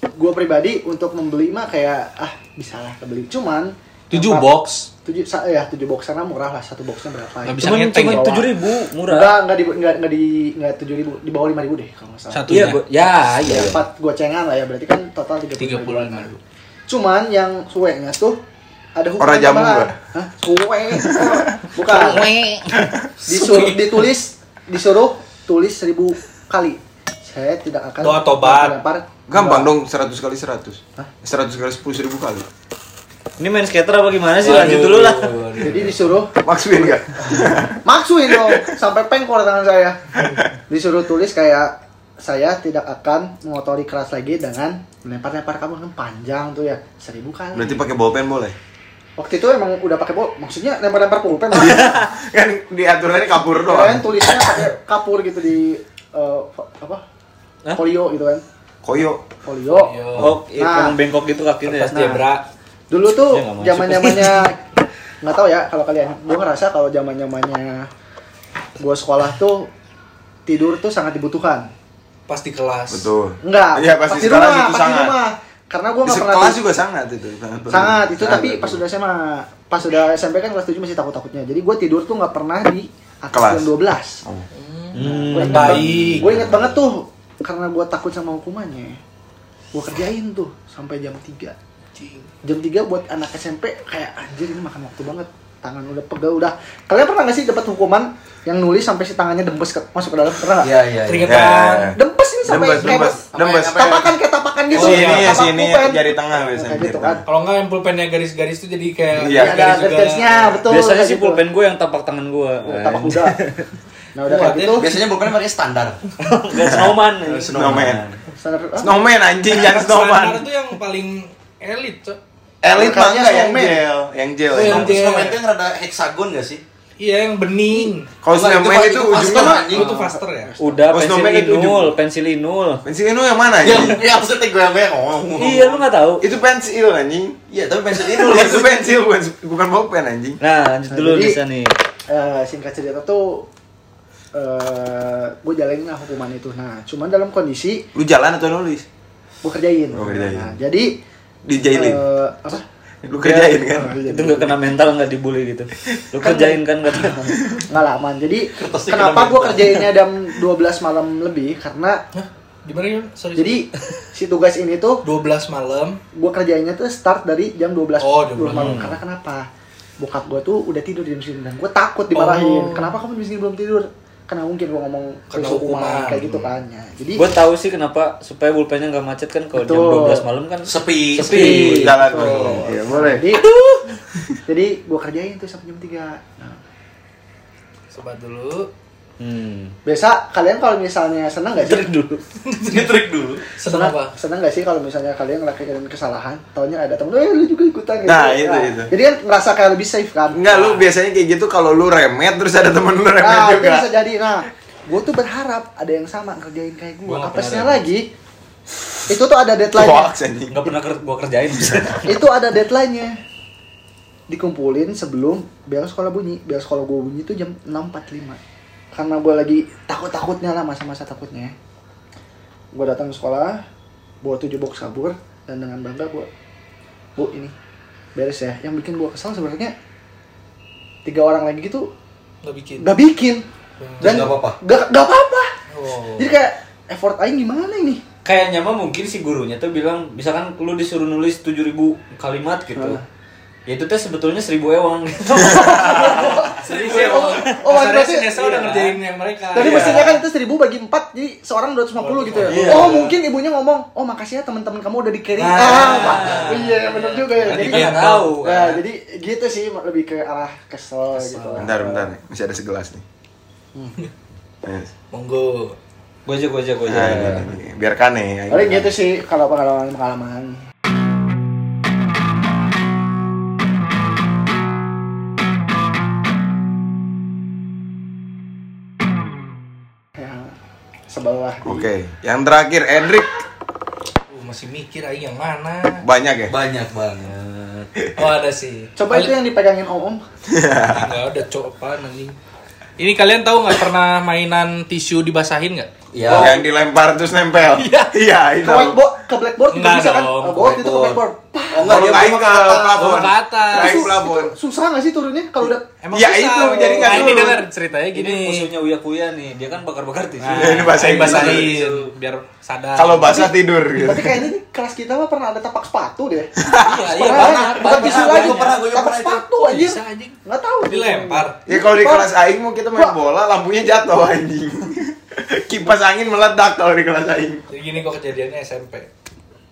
Speaker 2: gue pribadi untuk membeli mah kayak ah bisa lah kebeli. Cuman
Speaker 3: tujuh
Speaker 2: apa-
Speaker 3: box
Speaker 2: tujuh sa- ya tujuh box karena murah lah satu boxnya berapa?
Speaker 3: Nggak bisa
Speaker 1: Cuman
Speaker 3: ngeteng.
Speaker 1: cuman
Speaker 2: Bawa.
Speaker 1: 7.000 murah.
Speaker 2: Enggak enggak di enggak, enggak di enggak tujuh ribu di bawah lima ribu deh kalau nggak salah.
Speaker 3: Satu.
Speaker 1: Iya, gua- ya, iya.
Speaker 2: Ya, empat gocengan lah ya berarti kan total tiga
Speaker 3: tiga puluh
Speaker 2: puluh
Speaker 3: lima
Speaker 2: Cuman yang suenya tuh ada
Speaker 6: Ora
Speaker 2: hukuman
Speaker 6: jamu
Speaker 2: tambahan.
Speaker 6: nggak?
Speaker 2: Hah? Suwe. Bukan. Disuruh ditulis disuruh tulis seribu kali. Saya tidak akan
Speaker 3: Doa tobat.
Speaker 2: melempar-
Speaker 6: Gampang dong 100 kali 100.
Speaker 2: Hah?
Speaker 6: 100 kali 10 ribu kali.
Speaker 1: Ini main skater apa gimana sih? Lanjut dulu lah.
Speaker 2: Jadi disuruh
Speaker 6: Maksudin enggak?
Speaker 2: maksuin dong sampai pengkor tangan saya. Disuruh tulis kayak saya tidak akan mengotori keras lagi dengan melempar-lempar kamu kan panjang tuh ya seribu kali.
Speaker 6: Berarti pakai bolpen boleh.
Speaker 2: Waktu itu emang udah pakai bol, maksudnya lempar-lempar pulpen. Mas.
Speaker 6: Kan diaturannya kabur doang.
Speaker 2: Kirain tulisnya pakai kapur gitu di eh, apa?
Speaker 1: Hah?
Speaker 2: Folio gitu kan.
Speaker 6: Koyo.
Speaker 2: Folio.
Speaker 1: Oh, iya,
Speaker 2: Nah.
Speaker 1: emang bengkok gitu kakinya.
Speaker 3: kertas zebra
Speaker 2: Dulu tuh
Speaker 1: Dia nggak masuk.
Speaker 2: zaman zamannya nggak tahu ya kalau kalian. Gue ngerasa kalau zaman zamannya gue sekolah tuh tidur tuh sangat dibutuhkan.
Speaker 3: pas di kelas
Speaker 6: Betul.
Speaker 2: Enggak,
Speaker 6: Iya, pasti
Speaker 2: pas di
Speaker 6: sekolah
Speaker 2: rumah,
Speaker 6: gitu
Speaker 2: pas di
Speaker 6: sangat.
Speaker 2: rumah. Karena gue
Speaker 6: Di
Speaker 2: nggak pernah
Speaker 6: sekolah
Speaker 2: di-
Speaker 6: juga sangat itu. Sangat, perlu.
Speaker 2: sangat itu tapi
Speaker 6: Sangat
Speaker 2: pas
Speaker 6: perlu.
Speaker 2: udah SMA pas udah SMP kan kelas 7 masih takut takutnya jadi gue tidur tuh nggak pernah di
Speaker 6: Kelas.
Speaker 2: atas jam 12 belas
Speaker 6: Oh.
Speaker 3: Hmm, Baik.
Speaker 2: gue inget banget tuh karena gue takut sama hukumannya gue kerjain tuh sampai jam 3 jam 3 buat anak SMP kayak anjir ini makan waktu banget tangan udah pegel udah kalian pernah nggak sih dapat hukuman yang nulis sampai si tangannya dembes ke- masuk ke dalam pernah nggak
Speaker 5: Iya, iya.
Speaker 3: keringetan
Speaker 6: Ya, ya, ya.
Speaker 2: dembes ini sampai
Speaker 6: Dembes,
Speaker 2: kayak
Speaker 6: dembes, dembes.
Speaker 2: tapakan kayak tapakan gitu
Speaker 6: Sini ya,
Speaker 2: tapak
Speaker 6: sini ya,
Speaker 2: pulpen.
Speaker 6: jari tengah biasanya.
Speaker 2: kayak gitu
Speaker 6: jari
Speaker 2: kan
Speaker 6: tengah.
Speaker 3: kalau nggak yang pulpennya garis-garis tuh jadi kayak
Speaker 6: Iya,
Speaker 2: ada garis-garisnya betul
Speaker 1: Biasanya
Speaker 2: kayak
Speaker 1: sih
Speaker 2: gitu. Oh,
Speaker 1: pulpen gue yang tapak tangan gue.
Speaker 2: tapak kuda nah udah kayak
Speaker 3: Buat
Speaker 2: gitu
Speaker 5: Biasanya bukan pakai standar.
Speaker 1: Gak snowman.
Speaker 6: Snowman.
Speaker 2: standar ah,
Speaker 6: Snowman anjing jangan snowman.
Speaker 3: Kan Standar tuh yang paling elit, Cok.
Speaker 6: Elit
Speaker 2: Makanya
Speaker 6: mangga yang
Speaker 2: snowman.
Speaker 6: gel, yang gel.
Speaker 3: Oh, yang
Speaker 6: yang
Speaker 3: gel.
Speaker 6: gel.
Speaker 5: Snowman kan rada heksagon gak sih?
Speaker 3: Iya yang bening.
Speaker 6: Kalau snowman itu ujungnya
Speaker 3: Itu tuh faster ya.
Speaker 1: Udah
Speaker 6: Oh,
Speaker 1: pensil
Speaker 6: snowman itu
Speaker 1: inul, pensil inul.
Speaker 6: pensil itu yang mana
Speaker 2: Iya.
Speaker 6: anjing? Ya maksudnya gue yang banyak ngomong.
Speaker 1: Iya, lu nggak tahu.
Speaker 6: Itu pensil anjing.
Speaker 5: Iya, tapi pensil ini lu.
Speaker 6: Itu pensil bukan bukan bolpen anjing.
Speaker 1: Nah, lanjut
Speaker 2: Nah,
Speaker 1: dulu
Speaker 2: jadi-
Speaker 1: Nisa nih.
Speaker 2: Eh, singkat cerita tuh eh gue jalanin lah hukuman itu nah cuman dalam kondisi
Speaker 6: Lu jalan atau nulis?
Speaker 2: gue kerjain,
Speaker 6: Oh, kerjain.
Speaker 2: Nah, jadi
Speaker 6: Dijailin.
Speaker 2: eh, apa
Speaker 6: Lu kerjain kan?
Speaker 2: Oh, iya,
Speaker 1: Itu nggak kena mental nggak dibully gitu. Lu kerjain kan nggak kena.
Speaker 2: nggak lah man jadi kenapa gue kerjainnya jam 12 malam lebih karena
Speaker 3: Hah? Gimana ya? Sorry.
Speaker 2: jadi si tugas ini tuh
Speaker 3: 12 malam.
Speaker 2: gue kerjainnya tuh start dari jam 12
Speaker 3: Oh, 12.
Speaker 2: malam karena kenapa bokap gue tuh udah tidur di jam 9 gue takut
Speaker 3: Oh.
Speaker 2: dimarahin kenapa kamu di sini belum tidur karena mungkin gue ngomong
Speaker 3: Karena
Speaker 2: terus hukuman,
Speaker 3: hukuman.
Speaker 2: kayak gitu kan ya jadi
Speaker 1: Gue tahu sih kenapa supaya bulpennya nggak macet kan kalau jam
Speaker 2: Betul.
Speaker 1: 12 malam kan
Speaker 5: Sepi,
Speaker 1: sepi.
Speaker 6: Jalan.
Speaker 2: Betul.
Speaker 6: Iya, boleh.
Speaker 2: jadi, jadi gue kerjain tuh sampai jam 3 nah,
Speaker 3: Sobat dulu.
Speaker 1: Hmm.
Speaker 2: biasa kalian kalau misalnya senang gak sih
Speaker 1: dulu.
Speaker 5: Ngetrik dulu.
Speaker 3: Seneng apa?
Speaker 2: senang gak sih kalau misalnya kalian ngelakuin kesalahan taunya ada temen eh lu juga ikutan gitu
Speaker 6: Nah, itu, itu.
Speaker 2: jadi kan ngerasa kayak lebih safe kan
Speaker 6: Enggak, lu biasanya kayak gitu kalau lu remet terus ada temen lu remet
Speaker 2: Nah, itu
Speaker 6: juga.
Speaker 2: bisa jadi. Nah, gue tuh berharap ada yang sama ngerjain kayak gue.
Speaker 3: Gua nggak
Speaker 2: Apesnya
Speaker 3: pernah
Speaker 2: lagi, itu tuh ada deadline-nya.
Speaker 6: Hoax anjing.
Speaker 1: Nggak pernah ker- gue kerjain.
Speaker 2: itu ada deadline-nya. Dikumpulin sebelum bel sekolah bunyi. Bel sekolah gue bunyi tuh jam 6.45. Karena gue lagi takut-takutnya lah masa-masa takutnya. Gue datang ke sekolah, bawa tujuh box kabur dan dengan bangga gue, bu ini beres ya. Yang bikin gue kesal sebenarnya tiga orang lagi gitu
Speaker 3: Nggak bikin. Hmm.
Speaker 2: nggak bikin dan
Speaker 5: nggak apa-apa?
Speaker 2: nggak nggak apa-apa
Speaker 3: Oh.
Speaker 2: jadi kayak effort aing gimana ini
Speaker 1: Kayaknya mah mungkin si gurunya tuh bilang misalkan lu disuruh nulis 7000 kalimat gitu.
Speaker 2: Ah.
Speaker 1: Ya itu teh sebetulnya 1000 ewang gitu.
Speaker 3: Serius ya?
Speaker 2: Oh, oh,
Speaker 3: Kasarnya
Speaker 2: berarti-
Speaker 3: si Nesa udah
Speaker 1: iya.
Speaker 3: ngerjain yang mereka.
Speaker 2: Tadi
Speaker 3: Iya.
Speaker 2: mesinnya kan itu 1000 bagi 4 jadi seorang 250 gitu ya.
Speaker 6: Iya.
Speaker 2: Oh, mungkin ibunya ngomong, "Oh, makasih ya teman-teman kamu udah dikirim."
Speaker 3: Ah.
Speaker 2: Ah, Pak. iya, bener juga ya. Jadi
Speaker 1: dia tahu,
Speaker 2: Nah,
Speaker 1: kan.
Speaker 2: jadi gitu sih lebih ke arah kesel, gitu.
Speaker 6: Bentar, bentar. nih. Masih ada segelas nih. Yes.
Speaker 3: Monggo.
Speaker 1: Gue aja, gue aja,
Speaker 5: Oh,
Speaker 1: gue
Speaker 5: iya,
Speaker 1: aja.
Speaker 6: Nah, biarkan nih. ayo.
Speaker 2: Paling gitu sih kalau pengalaman-pengalaman. Yang Ya, sebel lah.
Speaker 6: Oke, yang terakhir Hendrik
Speaker 3: Uh, masih mikir aing yang mana.
Speaker 6: banyak ya?
Speaker 5: Banyak banget.
Speaker 3: Oh, ada sih.
Speaker 2: Coba itu yang dipegangin Om Om.
Speaker 3: Enggak ada cok apaan anjing. Ini kalian tahu nggak pernah mainan tisu dibasahin nggak?
Speaker 5: Ya.
Speaker 6: Oh, yang dilempar terus nempel. Iya, iya
Speaker 2: Ke
Speaker 6: itu.
Speaker 2: whiteboard, ke blackboard juga
Speaker 3: Enggak
Speaker 2: bisa kan?
Speaker 3: dong,
Speaker 2: Oh,
Speaker 3: ke
Speaker 2: bawa itu ke blackboard. Pah,
Speaker 5: Oh enggak dia
Speaker 6: Kain
Speaker 5: belum
Speaker 6: ke plafon.
Speaker 3: Ke atas.
Speaker 6: Kain
Speaker 2: Su-
Speaker 6: plafon.
Speaker 2: itu Susah nggak sih turunnya kalau udah
Speaker 3: Emang
Speaker 6: Ya,
Speaker 3: susah,
Speaker 6: itu,
Speaker 3: Bro.
Speaker 6: jadi nggak
Speaker 3: Nah, ini
Speaker 6: dulu.
Speaker 3: dengar ceritanya gini.
Speaker 1: Ini musuhnya Uya Kuya nih, dia kan bakar-bakar tisu.
Speaker 3: Nah,
Speaker 6: Ini basahin
Speaker 3: aing basahin biar sadar.
Speaker 6: Kalau basah tidur gitu.
Speaker 2: Tapi kayaknya di kelas kita mah pernah ada tapak sepatu deh.
Speaker 1: Iya, iya,
Speaker 2: Pernah,
Speaker 1: pernah,
Speaker 2: Bukan
Speaker 1: pernah,
Speaker 2: tisu
Speaker 1: pernah,
Speaker 2: lagi.
Speaker 5: gua pernah, gua juga
Speaker 2: Tapak
Speaker 5: pernah itu.
Speaker 2: sepatu aja.
Speaker 3: bisa anjing.
Speaker 2: Nggak tahu.
Speaker 3: Dilempar.
Speaker 6: Ya kalau di
Speaker 2: Pak.
Speaker 6: kelas aing mau kita main
Speaker 2: Pak.
Speaker 6: bola lampunya jatuh anjing. Kipas angin meledak kalau di kelas aing.
Speaker 3: Jadi gini kok kejadiannya SMP.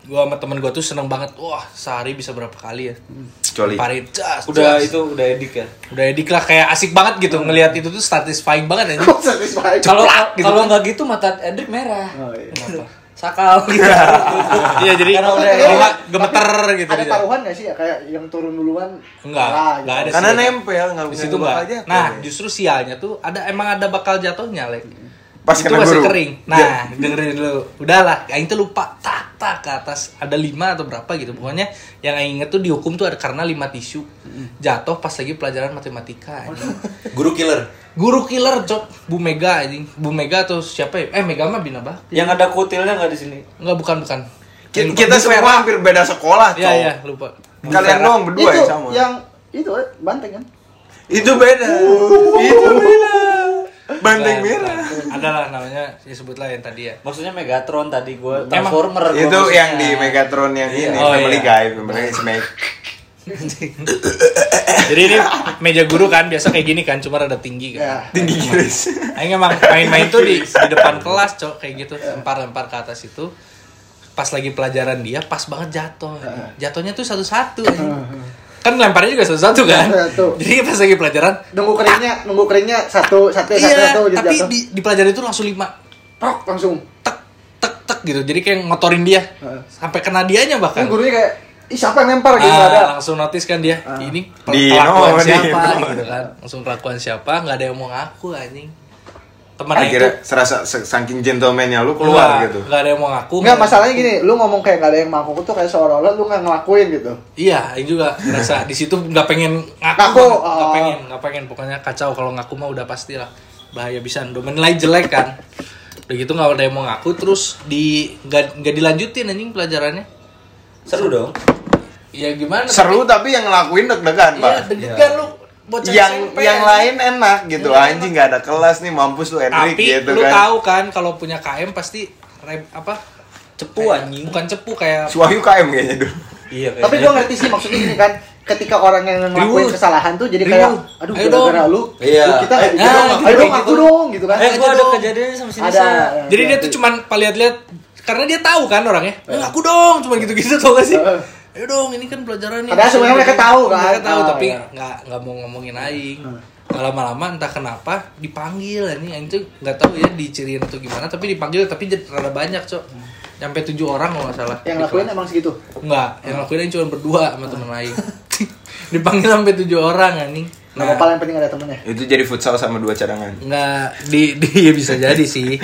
Speaker 3: Gua sama temen gua tuh seneng banget. Wah, sehari bisa berapa kali ya?
Speaker 6: Coli.
Speaker 3: Parit jas.
Speaker 1: Udah
Speaker 3: jas.
Speaker 1: itu udah edik ya.
Speaker 3: udah edik lah kayak asik banget gitu ngelihat itu tuh satisfying banget anjing.
Speaker 2: Kok satisfied?
Speaker 1: Kalau
Speaker 3: gitu.
Speaker 1: kalau nggak gitu mata Edric merah.
Speaker 2: Oh, iya.
Speaker 1: Sakal gitu.
Speaker 3: Iya, jadi
Speaker 1: Karena udah
Speaker 2: Tapi-
Speaker 3: kalau nggak gemeter gitu.
Speaker 2: Ada
Speaker 3: dia.
Speaker 2: taruhan nggak sih ya kayak yang turun duluan?
Speaker 3: Enggak,
Speaker 2: kalah gitu.
Speaker 3: enggak ada
Speaker 6: Karena
Speaker 3: sih.
Speaker 6: nempel Iya. nggak
Speaker 3: di
Speaker 6: bisa
Speaker 3: situ enggak. Nah, justru sialnya tuh ada emang ada bakal jatuhnya, Lek.
Speaker 6: Pas
Speaker 3: itu
Speaker 6: kena
Speaker 3: masih
Speaker 6: guru.
Speaker 3: kering. Nah, dengerin dulu. Udahlah, aing tuh lupa tak tak ke atas ada lima atau berapa gitu. Pokoknya yang aing inget tuh dihukum tuh ada karena lima tisu jatuh pas lagi pelajaran matematika. anjing.
Speaker 5: Guru killer.
Speaker 3: Guru killer job Bu Mega anjing. Bu Mega atau siapa ya? Eh, Mega mah Bina Bakti.
Speaker 1: Yang ada kutilnya nggak di sini?
Speaker 3: Enggak, bukan, bukan.
Speaker 6: Ki- kita semua hampir beda
Speaker 3: Iya,
Speaker 6: sekolah, Cok.
Speaker 3: iya, lupa.
Speaker 6: Kalian doang berdua
Speaker 2: itu
Speaker 6: yang sama.
Speaker 2: yang itu banteng kan?
Speaker 6: Itu beda. Itu beda.
Speaker 3: Iya.
Speaker 6: Banteng merah.
Speaker 3: Adalah namanya disebutlah yang tadi ya.
Speaker 1: Maksudnya Megatron tadi gua Transformer. gua
Speaker 6: Itu
Speaker 1: maksudnya.
Speaker 6: yang di Megatron yang ini,
Speaker 3: Oh,
Speaker 6: Family
Speaker 3: iya.
Speaker 6: Guy, Family Smack.
Speaker 3: Jadi ini meja guru kan biasa kayak gini kan, cuma rada tinggi kan.
Speaker 2: Ya.
Speaker 6: Tinggi Inggris.
Speaker 3: Aing emang main-main tuh di, di depan kelas, cok kayak gitu, lempar-lempar ke atas itu. Pas lagi pelajaran dia, pas banget jatuh. Jatuhnya tuh satu-satu. anjing. Kan lemparnya juga satu-satu kan.
Speaker 2: Satu.
Speaker 3: Jadi pas lagi pelajaran,
Speaker 2: Nunggu keringnya, nunggu keringnya satu satu satu
Speaker 3: iya.
Speaker 2: satu jadi
Speaker 3: Tapi
Speaker 2: jatuh.
Speaker 3: di, di pelajaran itu langsung lima,
Speaker 2: Prok langsung.
Speaker 3: tek tek tek gitu. Jadi kayak ngotorin dia,
Speaker 2: Heeh.
Speaker 3: sampai kena dianya
Speaker 2: Kan
Speaker 3: bahkan.
Speaker 2: gurunya kayak Ih, siapa yang lempar gitu
Speaker 3: Ah,
Speaker 2: ada.
Speaker 3: langsung notice kan dia ini per-
Speaker 6: Di
Speaker 3: kelakuan
Speaker 6: no, di
Speaker 3: siapa
Speaker 6: no.
Speaker 3: gitu kan langsung kelakuan siapa nggak ada yang mau ngaku anjing teman
Speaker 6: Akhirnya serasa se- saking gentlemannya lu keluar gitu.
Speaker 3: nggak ada yang mau ngaku
Speaker 2: Enggak, masalahnya gini, lu ngomong kayak gak ada yang mangkuk tuh kayak seolah-olah lu gak ngelakuin gitu.
Speaker 3: iya yang juga ngerasa di situ nggak pengen ngaku
Speaker 2: Ngaku,
Speaker 3: banget. nggak
Speaker 2: oh.
Speaker 3: pengen nggak pengen pokoknya kacau kalau ngaku mah udah pasti lah bahaya bisa udah menilai jelek kan udah gitu nggak ada yang mau ngaku terus di nggak nggak dilanjutin anjing pelajarannya
Speaker 5: Seru dong.
Speaker 3: ya gimana
Speaker 6: Seru tapi yang ngelakuin deg-degan, Pak.
Speaker 3: Iya, deg-degan lu bocah
Speaker 6: yang
Speaker 3: SMP, ya?
Speaker 6: yang
Speaker 3: anjing.
Speaker 6: lain enak gitu. Anjing nggak ada kelas nih mampus lu Hendrik
Speaker 3: tapi
Speaker 6: gitu
Speaker 3: lu
Speaker 6: kan.
Speaker 3: tahu kan kalau punya KM pasti rem, apa
Speaker 5: Cepu anjing.
Speaker 3: bukan cepu kayak
Speaker 6: Suayu KM kayaknya dulu.
Speaker 5: Iya
Speaker 2: Tapi gua ngerti sih maksudnya gini kan, ketika orang yang ngelakuin
Speaker 3: Reward.
Speaker 2: kesalahan tuh jadi kayak aduh
Speaker 3: Ayo
Speaker 2: gara-gara
Speaker 3: dong.
Speaker 2: lu,
Speaker 5: Iya.
Speaker 2: lu kita nggak
Speaker 5: Eh,
Speaker 2: didorong,
Speaker 3: nah,
Speaker 2: ayo
Speaker 3: gitu,
Speaker 2: dong
Speaker 3: kayak
Speaker 2: aku
Speaker 3: gitu.
Speaker 2: dong gitu kan.
Speaker 5: Eh, gua
Speaker 2: Ayo
Speaker 5: ada
Speaker 2: dong.
Speaker 5: kejadian sama si
Speaker 2: Ada. ya,
Speaker 5: Nisa.
Speaker 3: jadi dia tuh cuman lihat-lihat karena dia tahu kan orangnya "Eh, aku dong cuman gitu-gitu tau gak sih
Speaker 2: Ya. Heeh.
Speaker 3: ayo dong ini kan pelajaran nih
Speaker 2: Padahal sebenarnya mereka tahu kan.
Speaker 3: mereka tahu
Speaker 2: Ah,
Speaker 3: tapi
Speaker 2: iya.
Speaker 3: nggak nggak mau ngomongin aing lama-lama entah kenapa dipanggil ini aing tuh nggak tahu ya diciriin atau gimana tapi dipanggil tapi jadi rada banyak cok sampai tujuh orang kalau nggak salah
Speaker 2: Yang
Speaker 3: Di
Speaker 2: ngelakuin
Speaker 3: kelas.
Speaker 2: emang segitu.
Speaker 3: Enggak, yang lakuin aja cuma berdua sama temen lain. Dipanggil sampai tujuh orang anjing.
Speaker 2: Nah, nah. paling penting ada temennya.
Speaker 6: Itu jadi futsal sama dua cadangan.
Speaker 3: Enggak, di di bisa jadi sih.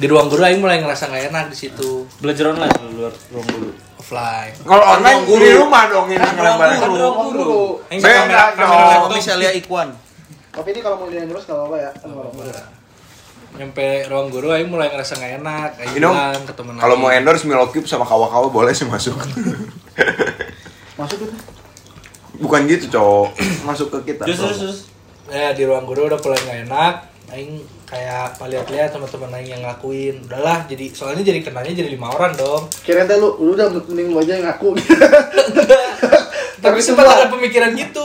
Speaker 3: Di ruang guru aing mulai ngerasa nggak enak di situ
Speaker 1: Belajar online di luar ruang guru.
Speaker 3: offline.
Speaker 6: Kalau online di rumah dong ini ngelamar.
Speaker 2: Kan ngomong dulu.
Speaker 3: Aing
Speaker 6: Beda
Speaker 3: kamera kamera
Speaker 6: dong.
Speaker 5: Kalau
Speaker 3: laptop
Speaker 5: misalnya Ikwan.
Speaker 2: Tapi ini kalau mau dilihat terus enggak apa-apa ya. Nggak apa-apa.
Speaker 3: nyampe ruang guru aing mulai ngerasa nggak enak. Aing
Speaker 6: Minum.
Speaker 3: bilang ke temen
Speaker 6: Kalau
Speaker 3: aing.
Speaker 6: mau endorse Milokip sama kawa-kawa boleh sih masuk.
Speaker 2: Masuk gitu.
Speaker 6: Bukan gitu, cowok. Masuk ke kita.
Speaker 5: Terus
Speaker 6: Bro.
Speaker 5: terus terus.
Speaker 3: ya di ruang guru udah mulai nggak enak. Aing kayak lihat-lihat teman-teman aing yang ngakuin. Udahlah, jadi soalnya jadi kenanya jadi lima orang dong.
Speaker 2: Kirain teh lu, lu udah mending lu aja yang ngaku.
Speaker 3: Tapi
Speaker 2: Tapi
Speaker 3: sempat
Speaker 2: semua.
Speaker 3: ada pemikiran gitu.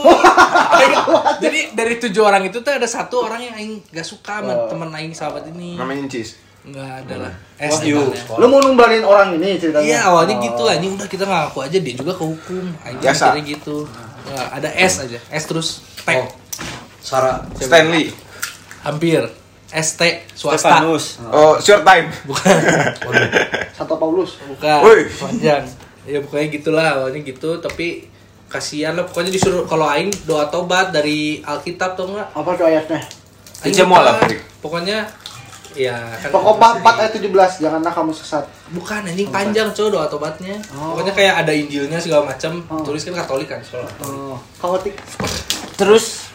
Speaker 3: Jadi dari tujuh orang itu tuh ada satu orang yang aing gak suka sama temen aing sahabat ini.
Speaker 6: Namanya Cis.
Speaker 3: Nggak ada lah. Eh, sebenarnya.
Speaker 2: lu mau numbalin orang ini ceritanya.
Speaker 3: Iya awalnya
Speaker 2: iya. Oh.
Speaker 3: gitu anjing udah kita ngaku aja dia juga kehukum anjing
Speaker 6: Biasa.
Speaker 3: mikirnya gitu.
Speaker 2: Nah.
Speaker 3: Nggak, ada S aja. S terus T.
Speaker 2: Oh.
Speaker 5: Sarah.
Speaker 6: Stanley.
Speaker 3: Hampir. ST swasta.
Speaker 1: Stefanus.
Speaker 6: Oh, short time.
Speaker 3: Bukan.
Speaker 2: Santo Paulus.
Speaker 3: Bukan.
Speaker 6: Woi.
Speaker 3: Panjang. Ya pokoknya gitulah awalnya gitu tapi kasihan lah pokoknya disuruh kalau aing doa tobat dari Alkitab tuh enggak
Speaker 2: Apa tuh ayatnya?
Speaker 6: Ini
Speaker 3: Aing
Speaker 6: mualaf,
Speaker 3: lupa.
Speaker 6: Rick.
Speaker 3: Pokoknya ya kan
Speaker 2: Pokok 4 ayat 17, janganlah kamu sesat.
Speaker 3: bukan anjing panjang coy doa tobatnya.
Speaker 2: Oh.
Speaker 3: Pokoknya kayak ada Injilnya segala macam.
Speaker 2: Oh.
Speaker 3: Tulis kan Katolik kan sekolah.
Speaker 2: Oh, khawatir.
Speaker 1: Terus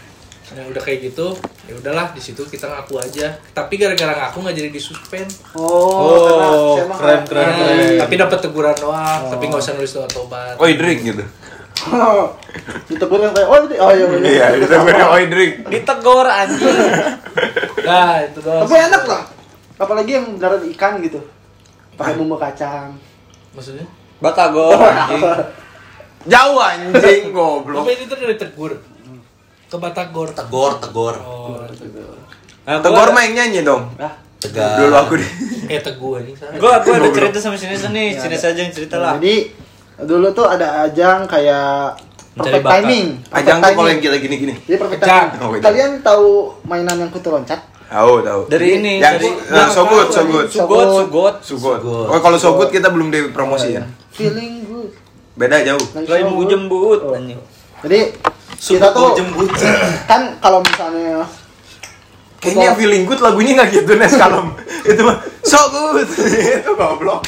Speaker 3: Nah, udah kayak gitu, ya udahlah di situ kita ngaku aja. Tapi gara-gara ngaku nggak jadi disuspend.
Speaker 2: Oh, karena saya emang
Speaker 1: keren,
Speaker 2: khawatir.
Speaker 1: keren,
Speaker 3: Nah, Tapi dapat teguran doang, tapi
Speaker 2: Oh.
Speaker 3: nggak usah nulis doa tobat.
Speaker 6: Oi drink gitu.
Speaker 2: Ditegur yang kayak, oh, itu- oh iya, iya.
Speaker 6: Iya, itu gue oi drink.
Speaker 1: ditegor anjing.
Speaker 3: Nah, itu doang.
Speaker 2: Tapi enak lah. Apalagi yang darat ikan gitu. Pakai bumbu kacang. Gitu.
Speaker 3: Maksudnya?
Speaker 6: Oh,
Speaker 1: Batagor anjing.
Speaker 6: Jauh anjing goblok.
Speaker 3: Tapi itu tuh dari tegur
Speaker 2: Hmm.
Speaker 3: ke Batagor.
Speaker 5: Tegor, tegor.
Speaker 3: Oh,
Speaker 1: Nah, gua
Speaker 6: Tegor
Speaker 1: ada-
Speaker 6: main nyanyi dong.
Speaker 5: Tegar.
Speaker 6: Dulu aku deh.
Speaker 3: eh teguh anjing salah.
Speaker 1: Gua gua ada cerita sama si Nisa nih, si Nisa aja yang cerita lah.
Speaker 2: Iya, Jadi dulu tuh ada ajang kayak
Speaker 3: Mencari
Speaker 2: perfect
Speaker 3: bakat.
Speaker 2: timing. Perfect
Speaker 6: Ajang tuh
Speaker 2: timing.
Speaker 6: kalau yang gila gini-gini.
Speaker 2: Jadi perfect
Speaker 3: Ajang.
Speaker 2: timing.
Speaker 6: Oh, iya.
Speaker 2: Kalian tahu mainan yang kutu loncat?
Speaker 6: Tahu, tahu.
Speaker 1: Dari ini
Speaker 6: yang
Speaker 1: dari
Speaker 6: nah, so good, so good.
Speaker 1: Sugot, Sugot.
Speaker 6: Sugot. Oh, kalau so good kita belum di promosi
Speaker 2: Iya,
Speaker 6: ya.
Speaker 2: Feeling good.
Speaker 6: Beda jauh.
Speaker 2: Like
Speaker 1: Lain
Speaker 2: so
Speaker 1: bu
Speaker 2: good.
Speaker 1: jembut
Speaker 2: Oh.
Speaker 1: anjing.
Speaker 2: Jadi kita tuh kan kalau misalnya
Speaker 6: Kayaknya feeling good lagunya nggak gitu Nes kalau itu mah so good itu goblok.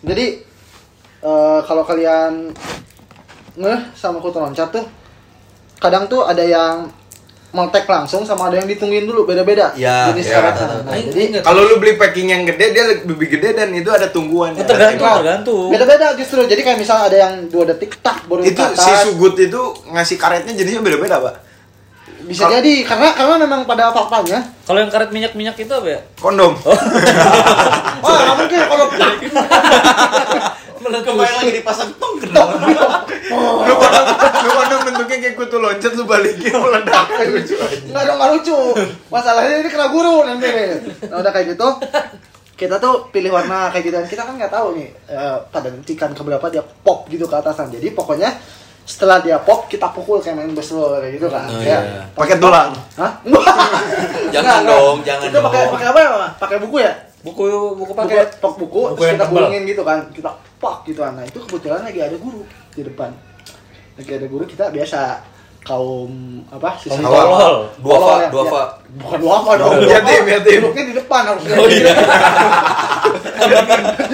Speaker 2: jadi eh, kalau kalian ngeh sama kutu loncat tuh kadang tuh ada yang meltek langsung sama ada yang ditungguin dulu beda-beda
Speaker 5: Ya,
Speaker 2: jenis
Speaker 5: ya,
Speaker 2: karetnya.
Speaker 5: tahu,
Speaker 2: Nah,
Speaker 3: Aing
Speaker 2: jadi
Speaker 3: ingat.
Speaker 6: Kalau lu beli packing yang gede dia lebih gede dan itu ada tungguan.
Speaker 1: Oh, tergantung, tergantung.
Speaker 2: beda-beda justru jadi kayak misalnya ada yang dua detik tak baru
Speaker 6: Itu si
Speaker 2: ke atas.
Speaker 6: Sugut itu ngasih karetnya jadinya beda-beda, Pak.
Speaker 2: bisa jadi karena karena memang pada faktanya
Speaker 1: Kalau yang karet minyak-minyak itu apa ya?
Speaker 6: Kondom.
Speaker 2: Oh. wah nggak mungkin kalau
Speaker 5: Kemarin lagi dipasang tong
Speaker 6: Lu kondom, lu kondom bentuknya kayak kutu loncat lu balikin meledak. Lucu aja.
Speaker 2: Nggak dong, nggak lucu. Masalahnya ini kena guru nanti. Nah, udah kayak gitu, kita tuh pilih warna kayak gitu. Dan kita kan nggak tahu nih, eh, pada detikan keberapa dia pop gitu ke atasan. Jadi pokoknya setelah dia pop, kita pukul kayak main baseball kayak gitu kan.
Speaker 5: Oh,
Speaker 2: Ya.
Speaker 5: iya.
Speaker 6: Pakai tulang.
Speaker 2: Hah?
Speaker 5: Jangan
Speaker 2: Nggak,
Speaker 5: dong,
Speaker 2: nggak.
Speaker 5: jangan
Speaker 2: Kita pakai
Speaker 5: dong.
Speaker 2: pakai apa ya, Mama? Pakai buku ya?
Speaker 1: Buku buku
Speaker 2: Buku,
Speaker 1: paket.
Speaker 2: tok buku,
Speaker 3: Buku yang
Speaker 2: terus kita
Speaker 3: tebal.
Speaker 2: gulungin gitu kan. Kita pak gitu anak itu kebetulan lagi ada guru di depan lagi ada guru kita biasa kaum apa
Speaker 5: Kaum
Speaker 2: siswa
Speaker 5: tolol. Duafa,
Speaker 2: Tolol ya,
Speaker 5: duafa.
Speaker 2: ya. bukan duafa dong
Speaker 4: Yatim, yatim.
Speaker 2: duduknya di depan harusnya
Speaker 5: Oh iya.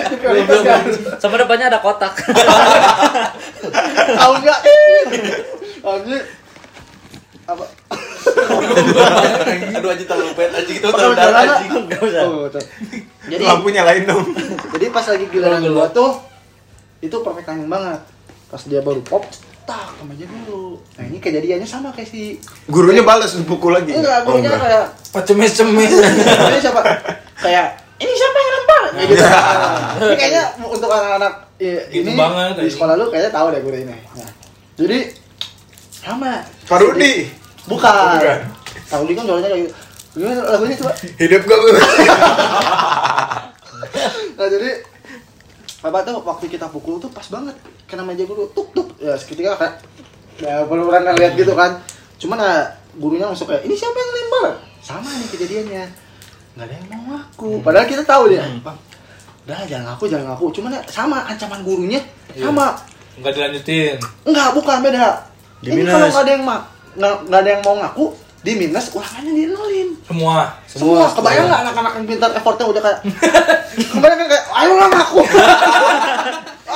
Speaker 2: Di prioritas kan.
Speaker 1: Sama depannya ada kotak.
Speaker 2: tahu nggak Habis apa
Speaker 5: Aduh anjing terlalu pet anjing itu terlalu
Speaker 2: Bakal
Speaker 5: darah
Speaker 2: jalan,
Speaker 5: anjing.
Speaker 2: Nggak
Speaker 1: usah.
Speaker 2: Oh, betul. jadi
Speaker 6: Lampunya lain dong.
Speaker 2: jadi pas lagi giliran gua tuh itu perfect timing banget pas dia baru pop tak sama aja dulu nah ini kejadiannya sama kayak si
Speaker 6: Gurunya balas pukul lagi.
Speaker 2: enggak
Speaker 6: Oh,
Speaker 2: gurunya kayak
Speaker 3: Pacemes-cemes.
Speaker 2: ini siapa kayak ini siapa yang lempar kayak gitu ini kayaknya untuk anak-anak i-
Speaker 3: Gitu
Speaker 2: ini
Speaker 3: banget,
Speaker 2: di
Speaker 3: anjing.
Speaker 2: sekolah lu kayaknya tahu deh guru ini nah, jadi sama
Speaker 6: Parodi.
Speaker 2: bukan
Speaker 6: Bukan.
Speaker 2: Parodi kan jualannya kayak gitu gimana lagunya coba
Speaker 6: Hidup gak gue.
Speaker 2: nah jadi apa tuh waktu kita pukul tuh pas banget kena meja guru tuk tuk ya seketika kayak ya belum pernah lihat gitu kan cuman nah, gurunya langsung kayak ini siapa yang lempar sama nih kejadiannya nggak ada yang mau ngaku
Speaker 1: Hmm.
Speaker 2: padahal kita tahu dia Bang, udah jangan ngaku jangan ngaku cuman ya, sama ancaman gurunya
Speaker 1: Iya.
Speaker 2: sama
Speaker 3: Enggak dilanjutin.
Speaker 2: Enggak, bukan beda.
Speaker 1: Di
Speaker 2: ini
Speaker 1: minus.
Speaker 2: kalau nggak ada yang ma nggak nggak ada yang mau ngaku di minus ulangannya di nolin.
Speaker 3: Semua.
Speaker 2: Semua, kebayang nggak anak-anak yang pintar effortnya udah kayak kebayang kan kayak ayo lah ngaku.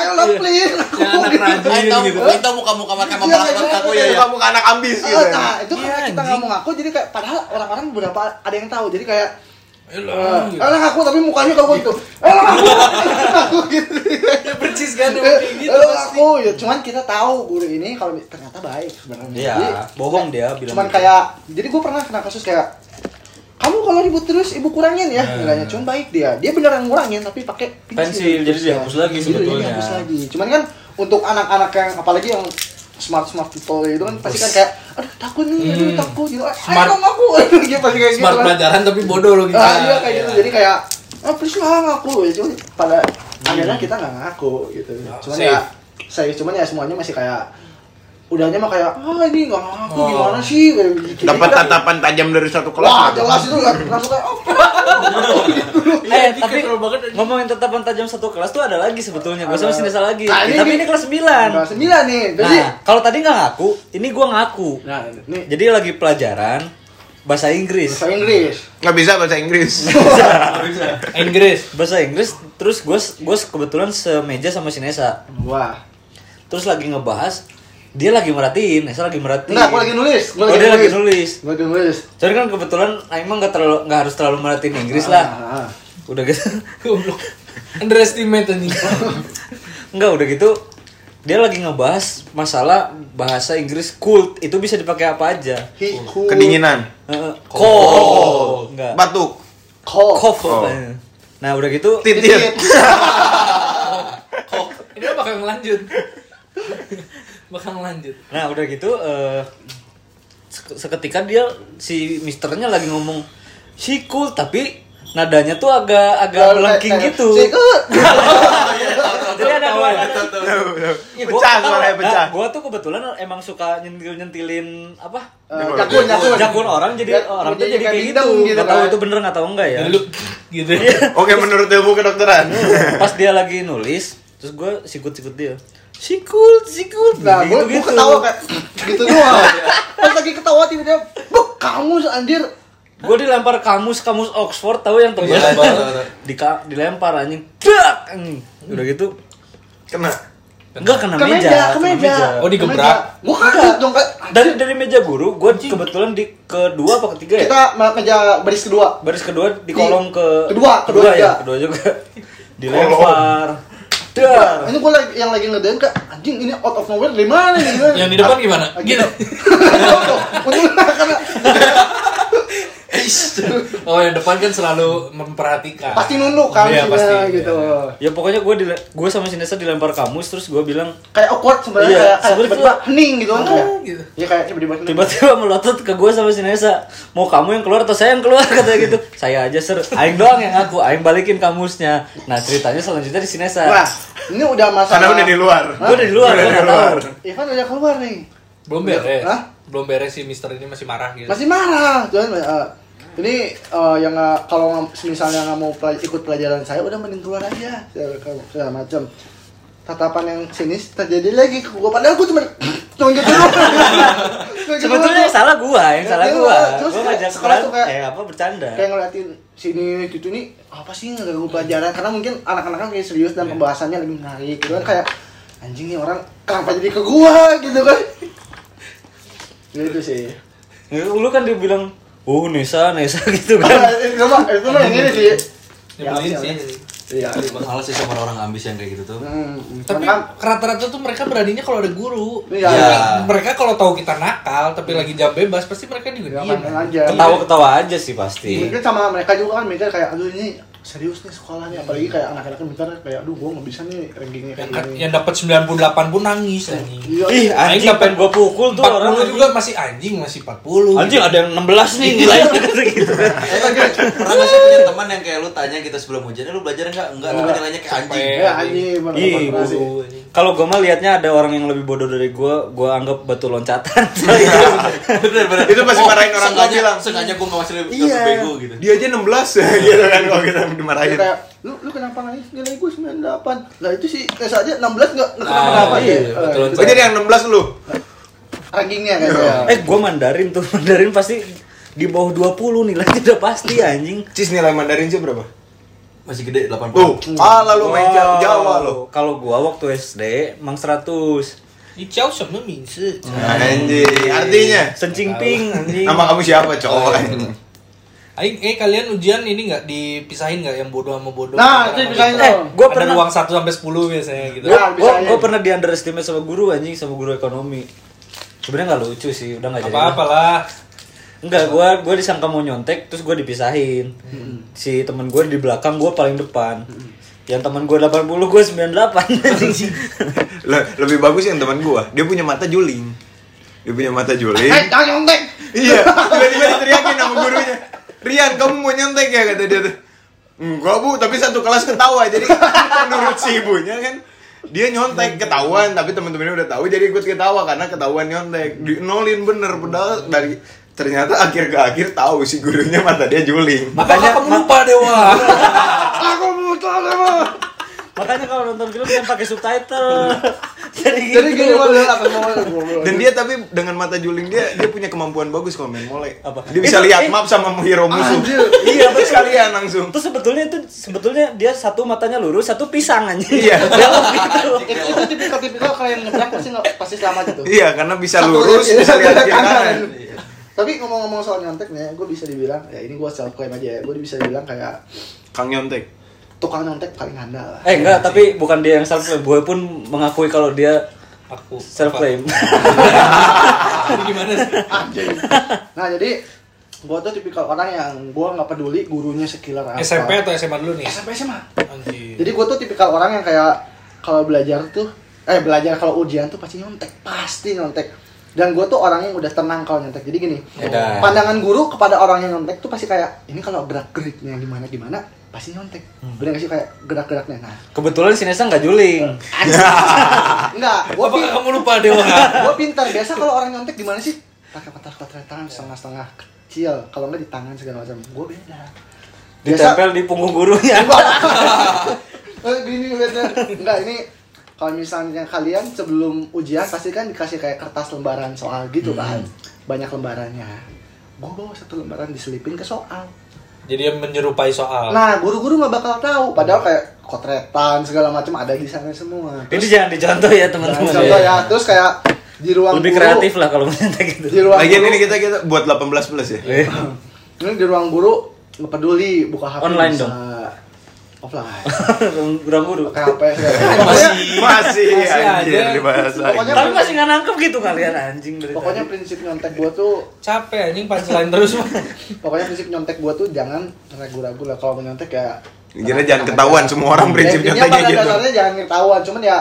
Speaker 2: ayo lah please.
Speaker 3: Ya,
Speaker 2: ngaku
Speaker 3: anak
Speaker 2: gitu.
Speaker 3: rajin.
Speaker 5: Ayo tahu,
Speaker 3: gitu.
Speaker 5: ayo tahu muka-muka makan membalas aku ya ya.
Speaker 6: Kamu anak ambis gitu.
Speaker 2: iya, Eh,
Speaker 6: ya.
Speaker 2: Nah, itu
Speaker 3: Iya,
Speaker 2: karena kita nggak mau ngaku jadi kayak padahal orang-orang beberapa ada yang tahu jadi kayak
Speaker 3: Elah,
Speaker 2: eh,
Speaker 3: gitu.
Speaker 2: ayo lah ngaku tapi mukanya kaku gitu. Ayo lah ngaku. ayo lah ngaku gitu.
Speaker 3: Ya percis kan emang
Speaker 2: Eh,
Speaker 3: kayak gitu.
Speaker 2: ayo lah
Speaker 3: pasti.
Speaker 2: ngaku ya cuman kita tahu guru ini kalau ternyata baik sebenarnya.
Speaker 5: Iya,
Speaker 2: Jadi,
Speaker 5: bohong dia bilang. gitu.
Speaker 2: cuman kayak
Speaker 1: gitu.
Speaker 2: jadi gue pernah kena kasus kayak kamu kalau ribut terus ibu kurangin ya nilainya cuman baik dia dia beneran ngurangin tapi pakai
Speaker 1: Nah.
Speaker 2: gitu kan.
Speaker 1: Pensil, jadi dihapus lagi
Speaker 2: Jadi
Speaker 1: sebetulnya.
Speaker 2: dihapus lagi cuman kan untuk anak-anak yang apalagi yang smart smart people itu kan pasti kan kayak aduh takut
Speaker 1: Hmm.
Speaker 2: nih aduh takut gitu smart
Speaker 3: Smart-
Speaker 2: aku gitu pasti kayak gitu
Speaker 3: Smart
Speaker 2: kan.
Speaker 3: pelajaran tapi bodoh lo gitu.
Speaker 2: ah, iya kayak gitu jadi kayak ah please lah ngaku ya cuman pada
Speaker 1: Hmm.
Speaker 2: akhirnya kita nggak ngaku gitu cuman
Speaker 3: safe.
Speaker 2: ya saya cuman ya semuanya masih kayak udahnya mah kayak ah ini nggak ngaku
Speaker 1: Oh.
Speaker 2: gimana sih kayak gitu.
Speaker 6: Dapat
Speaker 2: Kita-
Speaker 6: tatapan tajam dari satu kelas.
Speaker 2: Wah, jelas itu kan langsung kayak oh,
Speaker 1: eh,
Speaker 2: iya,
Speaker 1: tapi ngomongin tatapan tajam satu kelas tuh ada lagi sebetulnya. Gue sama
Speaker 2: Ada.
Speaker 1: Sinesa lagi. Ya,
Speaker 2: Nah, ini-
Speaker 1: tapi ini kelas 9.
Speaker 2: Nah, sembilan nih. Jadi
Speaker 1: Nah, kalau tadi nggak ngaku, ini gua ngaku.
Speaker 2: nah, nih
Speaker 1: Jadi lagi pelajaran bahasa Inggris.
Speaker 2: bahasa Inggris.
Speaker 6: Nggak bisa bahasa Inggris.
Speaker 3: Inggris.
Speaker 1: Bahasa Inggris terus gue gue kebetulan semeja sama si Nesa.
Speaker 2: Wah.
Speaker 1: Terus lagi ngebahas dia lagi merhatiin, Nesa lagi merhatiin.
Speaker 2: Enggak, aku lagi nulis. Gua
Speaker 1: Oh, dia lagi nulis.
Speaker 2: Gua lagi nulis.
Speaker 1: Soalnya kan kebetulan Aing mah nggak terlalu nggak harus terlalu merhatiin Inggris lah.
Speaker 2: Ah, ah.
Speaker 1: Udah gitu.
Speaker 3: Goblok. Underestimate anjing.
Speaker 1: Enggak, udah gitu dia lagi ngebahas masalah bahasa Inggris cold itu bisa dipakai apa aja.
Speaker 2: He who
Speaker 6: Kedinginan.
Speaker 1: Eh, Cold. Enggak.
Speaker 6: Batuk.
Speaker 2: call.
Speaker 1: Cough. katanya. Nah, udah gitu
Speaker 6: Titit.
Speaker 3: Ini mah bakal ngelanjut. bakal ngelanjut.
Speaker 1: Nah udah gitu eh, sek- seketika dia si misternya lagi ngomong si cool tapi nadanya tuh agak agak melengking gitu. Jadi ada dua. Ya, gua-
Speaker 6: Pecah suaranya,
Speaker 1: nah,
Speaker 6: pecah.
Speaker 1: gua tuh kebetulan emang suka nyentil nyentilin apa?
Speaker 2: Eh, Jakun, jakun.
Speaker 1: Jakun orang jadi
Speaker 2: Ya,
Speaker 1: orang tuh jadi
Speaker 2: jadi kayak
Speaker 1: kayak
Speaker 2: didem
Speaker 1: gitu.
Speaker 2: gitu
Speaker 1: Gak tahu
Speaker 2: kan.
Speaker 1: itu bener nggak tahu enggak ya. Iya.
Speaker 3: Lu gitu
Speaker 2: Iya.
Speaker 3: ya.
Speaker 6: Oke, menurut ilmu kedokteran.
Speaker 1: Pas dia lagi nulis, terus gua sikut-sikut dia. Si cool, si cool.
Speaker 2: Nah, gua
Speaker 6: gitu.
Speaker 2: gua
Speaker 1: Gitu-gitu.
Speaker 2: ketawa kayak gitu
Speaker 6: Iya.
Speaker 2: doang. Pas lagi ketawa tiba-tiba, "Buk, kamu anjir."
Speaker 1: Gue dilempar kamus kamus Oxford tahu yang tebal.
Speaker 5: Iya, tahu, tahu, tahu.
Speaker 1: Dika- dilempar anjing. Dak anjing. Udah gitu
Speaker 6: Kena.
Speaker 1: enggak kena,
Speaker 2: Ke
Speaker 1: meja,
Speaker 2: meja, ke
Speaker 1: kena
Speaker 2: meja.
Speaker 3: Oh, digebrak?
Speaker 2: Ke meja. Gua kaget dong, Kak.
Speaker 1: Dari dari meja guru, gue kebetulan di kedua apa ketiga ya?
Speaker 2: Kita me- meja baris kedua.
Speaker 1: Baris kedua di kolom ke
Speaker 2: Kedua,
Speaker 1: ya,
Speaker 2: kedua juga.
Speaker 1: kedua juga. dilempar. Dar.
Speaker 2: Ini gue lagi, yang lagi ngedein kak anjing ini out of nowhere dari mana nih?
Speaker 3: Yang di depan gimana?
Speaker 2: Ah,
Speaker 3: Gitu.
Speaker 2: Untung karena
Speaker 3: Oh, yang depan kan selalu memperhatikan.
Speaker 2: pasti nunduk kan
Speaker 3: Iya,
Speaker 2: juga,
Speaker 3: pasti.
Speaker 2: gitu.
Speaker 1: Ya pokoknya gue gue sama Sinesa dilempar kamus terus gue bilang
Speaker 2: Kayak awkward sebenarnya
Speaker 1: Iya,
Speaker 2: kayak kayak
Speaker 1: sebenarnya
Speaker 2: tiba-tiba
Speaker 1: tuh-
Speaker 2: hening gitu kan kayak.
Speaker 3: gitu.
Speaker 2: Iya kayak tiba-tiba hening.
Speaker 1: tiba-tiba melotot ke gue sama si Nesa mau kamu yang keluar atau saya yang keluar katanya gitu saya aja ser aing doang yang ngaku aing balikin kamusnya nah ceritanya selanjutnya di si Nesa
Speaker 2: Wah, Nah, ini udah masalah.
Speaker 6: Karena udah di luar.
Speaker 1: gue udah di luar gue nggak tahu
Speaker 2: Ivan udah keluar nih.
Speaker 3: Belum beres.
Speaker 2: Iya.
Speaker 3: eh.
Speaker 2: Hah?
Speaker 3: Belum beres sih Mister ini masih marah gitu.
Speaker 2: Masih marah. Cuman eh, ini eh, yang nggak- kalau nggak- misalnya nggak mau pelaj- ikut pelajaran saya udah mending keluar aja segala, segala macam. tatapan yang sinis terjadi lagi ke gua padahal gua gitu cuma nunjuk dulu Nunjuk dulu.
Speaker 1: Sebetulnya yang salah gua, yang
Speaker 2: Nggak,
Speaker 1: salah
Speaker 2: iya,
Speaker 1: gua.
Speaker 2: terus
Speaker 1: Gua
Speaker 2: kayak
Speaker 1: ngajak
Speaker 2: sekolah
Speaker 1: orang
Speaker 2: tuh kayak-
Speaker 1: kayak apa bercanda.
Speaker 2: kayak ngeliatin sini gitu nih apa sih ngeganggu pelajaran karena mungkin anak-anak kan kayak serius
Speaker 1: Iya.
Speaker 2: dan pembahasannya lebih menarik gitu kan kayak anjing nih orang kenapa jadi ke gua gitu kan gitu sih
Speaker 1: Ya, Lu kan dibilang, "Oh, Nesa, Nesa" gitu kan.
Speaker 2: itu mah itu mah yang ini sih
Speaker 3: Nyebelin
Speaker 2: Ya,
Speaker 3: sih.
Speaker 2: iya
Speaker 5: Males sih sama orang ambis yang kayak gitu tuh.
Speaker 2: Hmm,
Speaker 3: Tapi
Speaker 2: kan-
Speaker 3: rata-rata tuh mereka beraninya kalau ada guru.
Speaker 2: Iya.
Speaker 3: Jadi, Mereka kalau tahu kita nakal tapi lagi jam bebas pasti mereka juga
Speaker 2: Ya,
Speaker 3: diem.
Speaker 2: main aja.
Speaker 1: Ketawa-ketawa aja sih pasti.
Speaker 2: Mungkin sama mereka juga kan mikir kayak aduh ini serius nih sekolah nih apalagi kayak anak-anak kan bentar kayak aduh gua nggak bisa nih rankingnya kayak
Speaker 3: Yang, kan-
Speaker 2: gini.
Speaker 3: yang dapat 98 pun nangis anjing.
Speaker 2: Iya.
Speaker 1: Ih,
Speaker 3: Aing
Speaker 1: anjing
Speaker 3: sampai
Speaker 1: pengen gua pukul tuh
Speaker 3: 40
Speaker 1: orang.
Speaker 3: juga masih anjing, masih 40.
Speaker 1: Anjing ada yang 16 nih nilainya kata gitu kan.
Speaker 5: Eh, Pernah gak sih punya teman yang kayak lu tanya gitu sebelum ujian, lu belajar enggak? Enggak, tapi nilainya kayak anjing.
Speaker 2: Ya
Speaker 1: Iya,
Speaker 2: anjing mana
Speaker 6: Iya,
Speaker 1: Ih,
Speaker 2: konsentrasi.
Speaker 1: guru. iya. Kalau gua mah liatnya ada orang yang lebih bodoh dari gua, gua anggap batu loncatan. Soalnya
Speaker 5: Bener-bener.
Speaker 6: Itu pasti marahin orang
Speaker 5: Oh, sengaja,
Speaker 6: tua bilang.
Speaker 5: Sengaja gua enggak masih lebih
Speaker 6: Iya.
Speaker 5: bego gitu.
Speaker 6: Dia aja 16 gitu kan kalau kita
Speaker 2: Dia
Speaker 6: dimarahin.
Speaker 2: kayak lu lu kenapa nangis nilai gue 98 lah itu sih tes aja 16 nggak nggak kenapa kenapa
Speaker 1: iya,
Speaker 2: ya
Speaker 1: betul.
Speaker 2: Eh,
Speaker 6: Oh, jadi yang 16 lu.
Speaker 2: rankingnya kan ya
Speaker 1: eh gua Mandarin tuh, Mandarin pasti di bawah 20 nilainya udah pasti anjing.
Speaker 6: Cis nilai Mandarin sih berapa?
Speaker 5: Masih gede 80.
Speaker 6: Tuh, ah lalu main Jawa, Jawa lu.
Speaker 1: Kalau gua waktu SD mang 100.
Speaker 3: Di Ciao sama Minse.
Speaker 6: Anjir, artinya
Speaker 1: Sencing ping anjing.
Speaker 6: Iya. nama kamu siapa, cowok?
Speaker 3: Aing, eh kalian ujian ini nggak dipisahin nggak yang bodoh sama bodoh?
Speaker 2: nah itu misalnya
Speaker 1: Eh, gua
Speaker 3: ada
Speaker 1: pernah
Speaker 3: ruang 1 sampai 10 biasanya gitu.
Speaker 1: gua,
Speaker 2: Nah,
Speaker 1: gua,
Speaker 2: misalnya.
Speaker 1: gua pernah di underestimate sama guru anjing sama guru ekonomi sebenarnya nggak lucu sih udah nggak jadi
Speaker 3: Apa-apalah.
Speaker 1: enggak gua gua disangka mau nyontek terus gua dipisahin si teman gua di belakang gua paling depan yang teman gua 80 gua 98 anjing
Speaker 6: Le- lebih bagus yang teman gua. Dia punya mata juling. Dia punya mata juling.
Speaker 2: eh jangan nyontek
Speaker 6: iya, tiba-tiba diteriakin sama gurunya. Rian, kamu mau nyontek ya kata dia tuh. Enggak bu, tapi satu kelas ketawa jadi menurut si ibunya kan dia nyontek ketahuan tapi teman-temannya udah tahu jadi ikut ketawa karena ketahuan nyontek di nolin bener padahal dari ternyata akhir ke akhir tahu si gurunya mata dia juling
Speaker 3: Makanya kamu lupa dewa.
Speaker 2: aku mau telat sama
Speaker 1: makanya kalau nonton film jangan pakai subtitle jadi gitu.
Speaker 2: jadi gini gua bilang apa mau
Speaker 6: dan dia tapi dengan mata juling dia dia punya kemampuan bagus kalau main mole
Speaker 1: Apa?
Speaker 6: dia bisa
Speaker 1: Itu-
Speaker 6: lihat
Speaker 1: eh.
Speaker 6: map sama hero musuh
Speaker 2: Anjir.
Speaker 6: iya terus kalian langsung
Speaker 1: terus sebetulnya itu sebetulnya dia satu matanya lurus satu pisang anjing
Speaker 6: Iya.
Speaker 1: Belok gitu.
Speaker 2: itu itu tipikal tipikal kalau yang nyebrang pasti nggak pasti selamat gitu
Speaker 6: iya karena bisa
Speaker 2: Satu
Speaker 6: lurus
Speaker 2: kiri,
Speaker 6: bisa
Speaker 2: satu
Speaker 6: lihat kiri
Speaker 2: kanan.
Speaker 6: kanan
Speaker 2: tapi ngomong-ngomong soal nyontek nih gue bisa dibilang ya ini gue self claim aja ya gue bisa dibilang kayak
Speaker 6: kang nyontek
Speaker 2: tukang nyontek paling handal lah
Speaker 1: eh enggak tapi bukan dia yang self claim gue pun mengakui kalau dia
Speaker 3: Aku
Speaker 1: self claim
Speaker 3: Jadi gimana sih?
Speaker 2: Anjing. nah jadi gue tuh tipikal orang yang gue nggak peduli gurunya sekilar apa
Speaker 3: SMP atau SMA dulu nih?
Speaker 2: SMP SMA
Speaker 3: Anjir.
Speaker 2: jadi gue tuh tipikal orang yang kayak kalau belajar tuh eh belajar kalau ujian tuh pasti nyontek pasti nyontek dan gue tuh orang yang udah tenang kalau nyontek jadi gini
Speaker 1: Edan.
Speaker 2: pandangan guru kepada orang yang nyontek tuh pasti kayak ini kalau gerak geriknya gimana gimana pasti nyontek bener gak sih kayak gerak geriknya nah
Speaker 1: Kebetulan si Nesa nggak juling.
Speaker 2: enggak gue
Speaker 3: Apakah kamu lupa dewa?
Speaker 2: gue pintar biasa kalau orang nyontek gimana sih pakai kotak kotak tangan setengah setengah kecil kalau nggak di tangan segala macam gue beda biasa
Speaker 1: Ditempel di punggung gurunya.
Speaker 2: Eh, gini beda enggak ini kalau misalnya kalian sebelum ujian pasti kan dikasih kayak kertas lembaran soal
Speaker 1: Hmm.
Speaker 2: gitu kan banyak lembarannya gue bawa satu lembaran diselipin ke soal
Speaker 3: Jadi yang menyerupai soal.
Speaker 2: nah guru-guru nggak bakal tahu padahal kayak kotretan segala macam ada di sana semua
Speaker 1: Ini jangan dicontoh ya
Speaker 2: Nah,
Speaker 1: teman-teman.
Speaker 2: contoh ya terus kayak di ruang
Speaker 1: Lebih
Speaker 2: guru-
Speaker 1: kreatif lah kalau menyentak gitu.
Speaker 2: di ruang
Speaker 6: Lagian
Speaker 2: guru-
Speaker 6: ini kita kita buat 18 plus ya.
Speaker 1: Eh,
Speaker 2: Ini di ruang guru nggak peduli buka HP
Speaker 1: Online
Speaker 2: bisa.
Speaker 1: dong?
Speaker 2: Offline.
Speaker 1: Kurang guru.
Speaker 2: Pakai HP. segala macam.
Speaker 6: Masih masih
Speaker 3: Masih
Speaker 6: anjir
Speaker 3: aja.
Speaker 6: dibahas
Speaker 2: Pokoknya-
Speaker 6: lagi.
Speaker 1: Tapi masih nggak nangkep gitu kalian anjing dari
Speaker 2: Pokoknya
Speaker 1: tadi.
Speaker 2: prinsip nyontek gua tuh,
Speaker 3: Capek anjing punchline terus.
Speaker 2: pokoknya prinsip nyontek gua tuh jangan ragu-ragu lah kalau mau nyontek ya.
Speaker 6: Jadi
Speaker 2: tenang-tenang
Speaker 6: jangan ketahuan
Speaker 2: aja.
Speaker 6: semua orang prinsip
Speaker 2: Ya, intinya
Speaker 6: nyonteknya
Speaker 2: pada
Speaker 6: gitu.
Speaker 2: dasarnya jangan ketahuan, cuman ya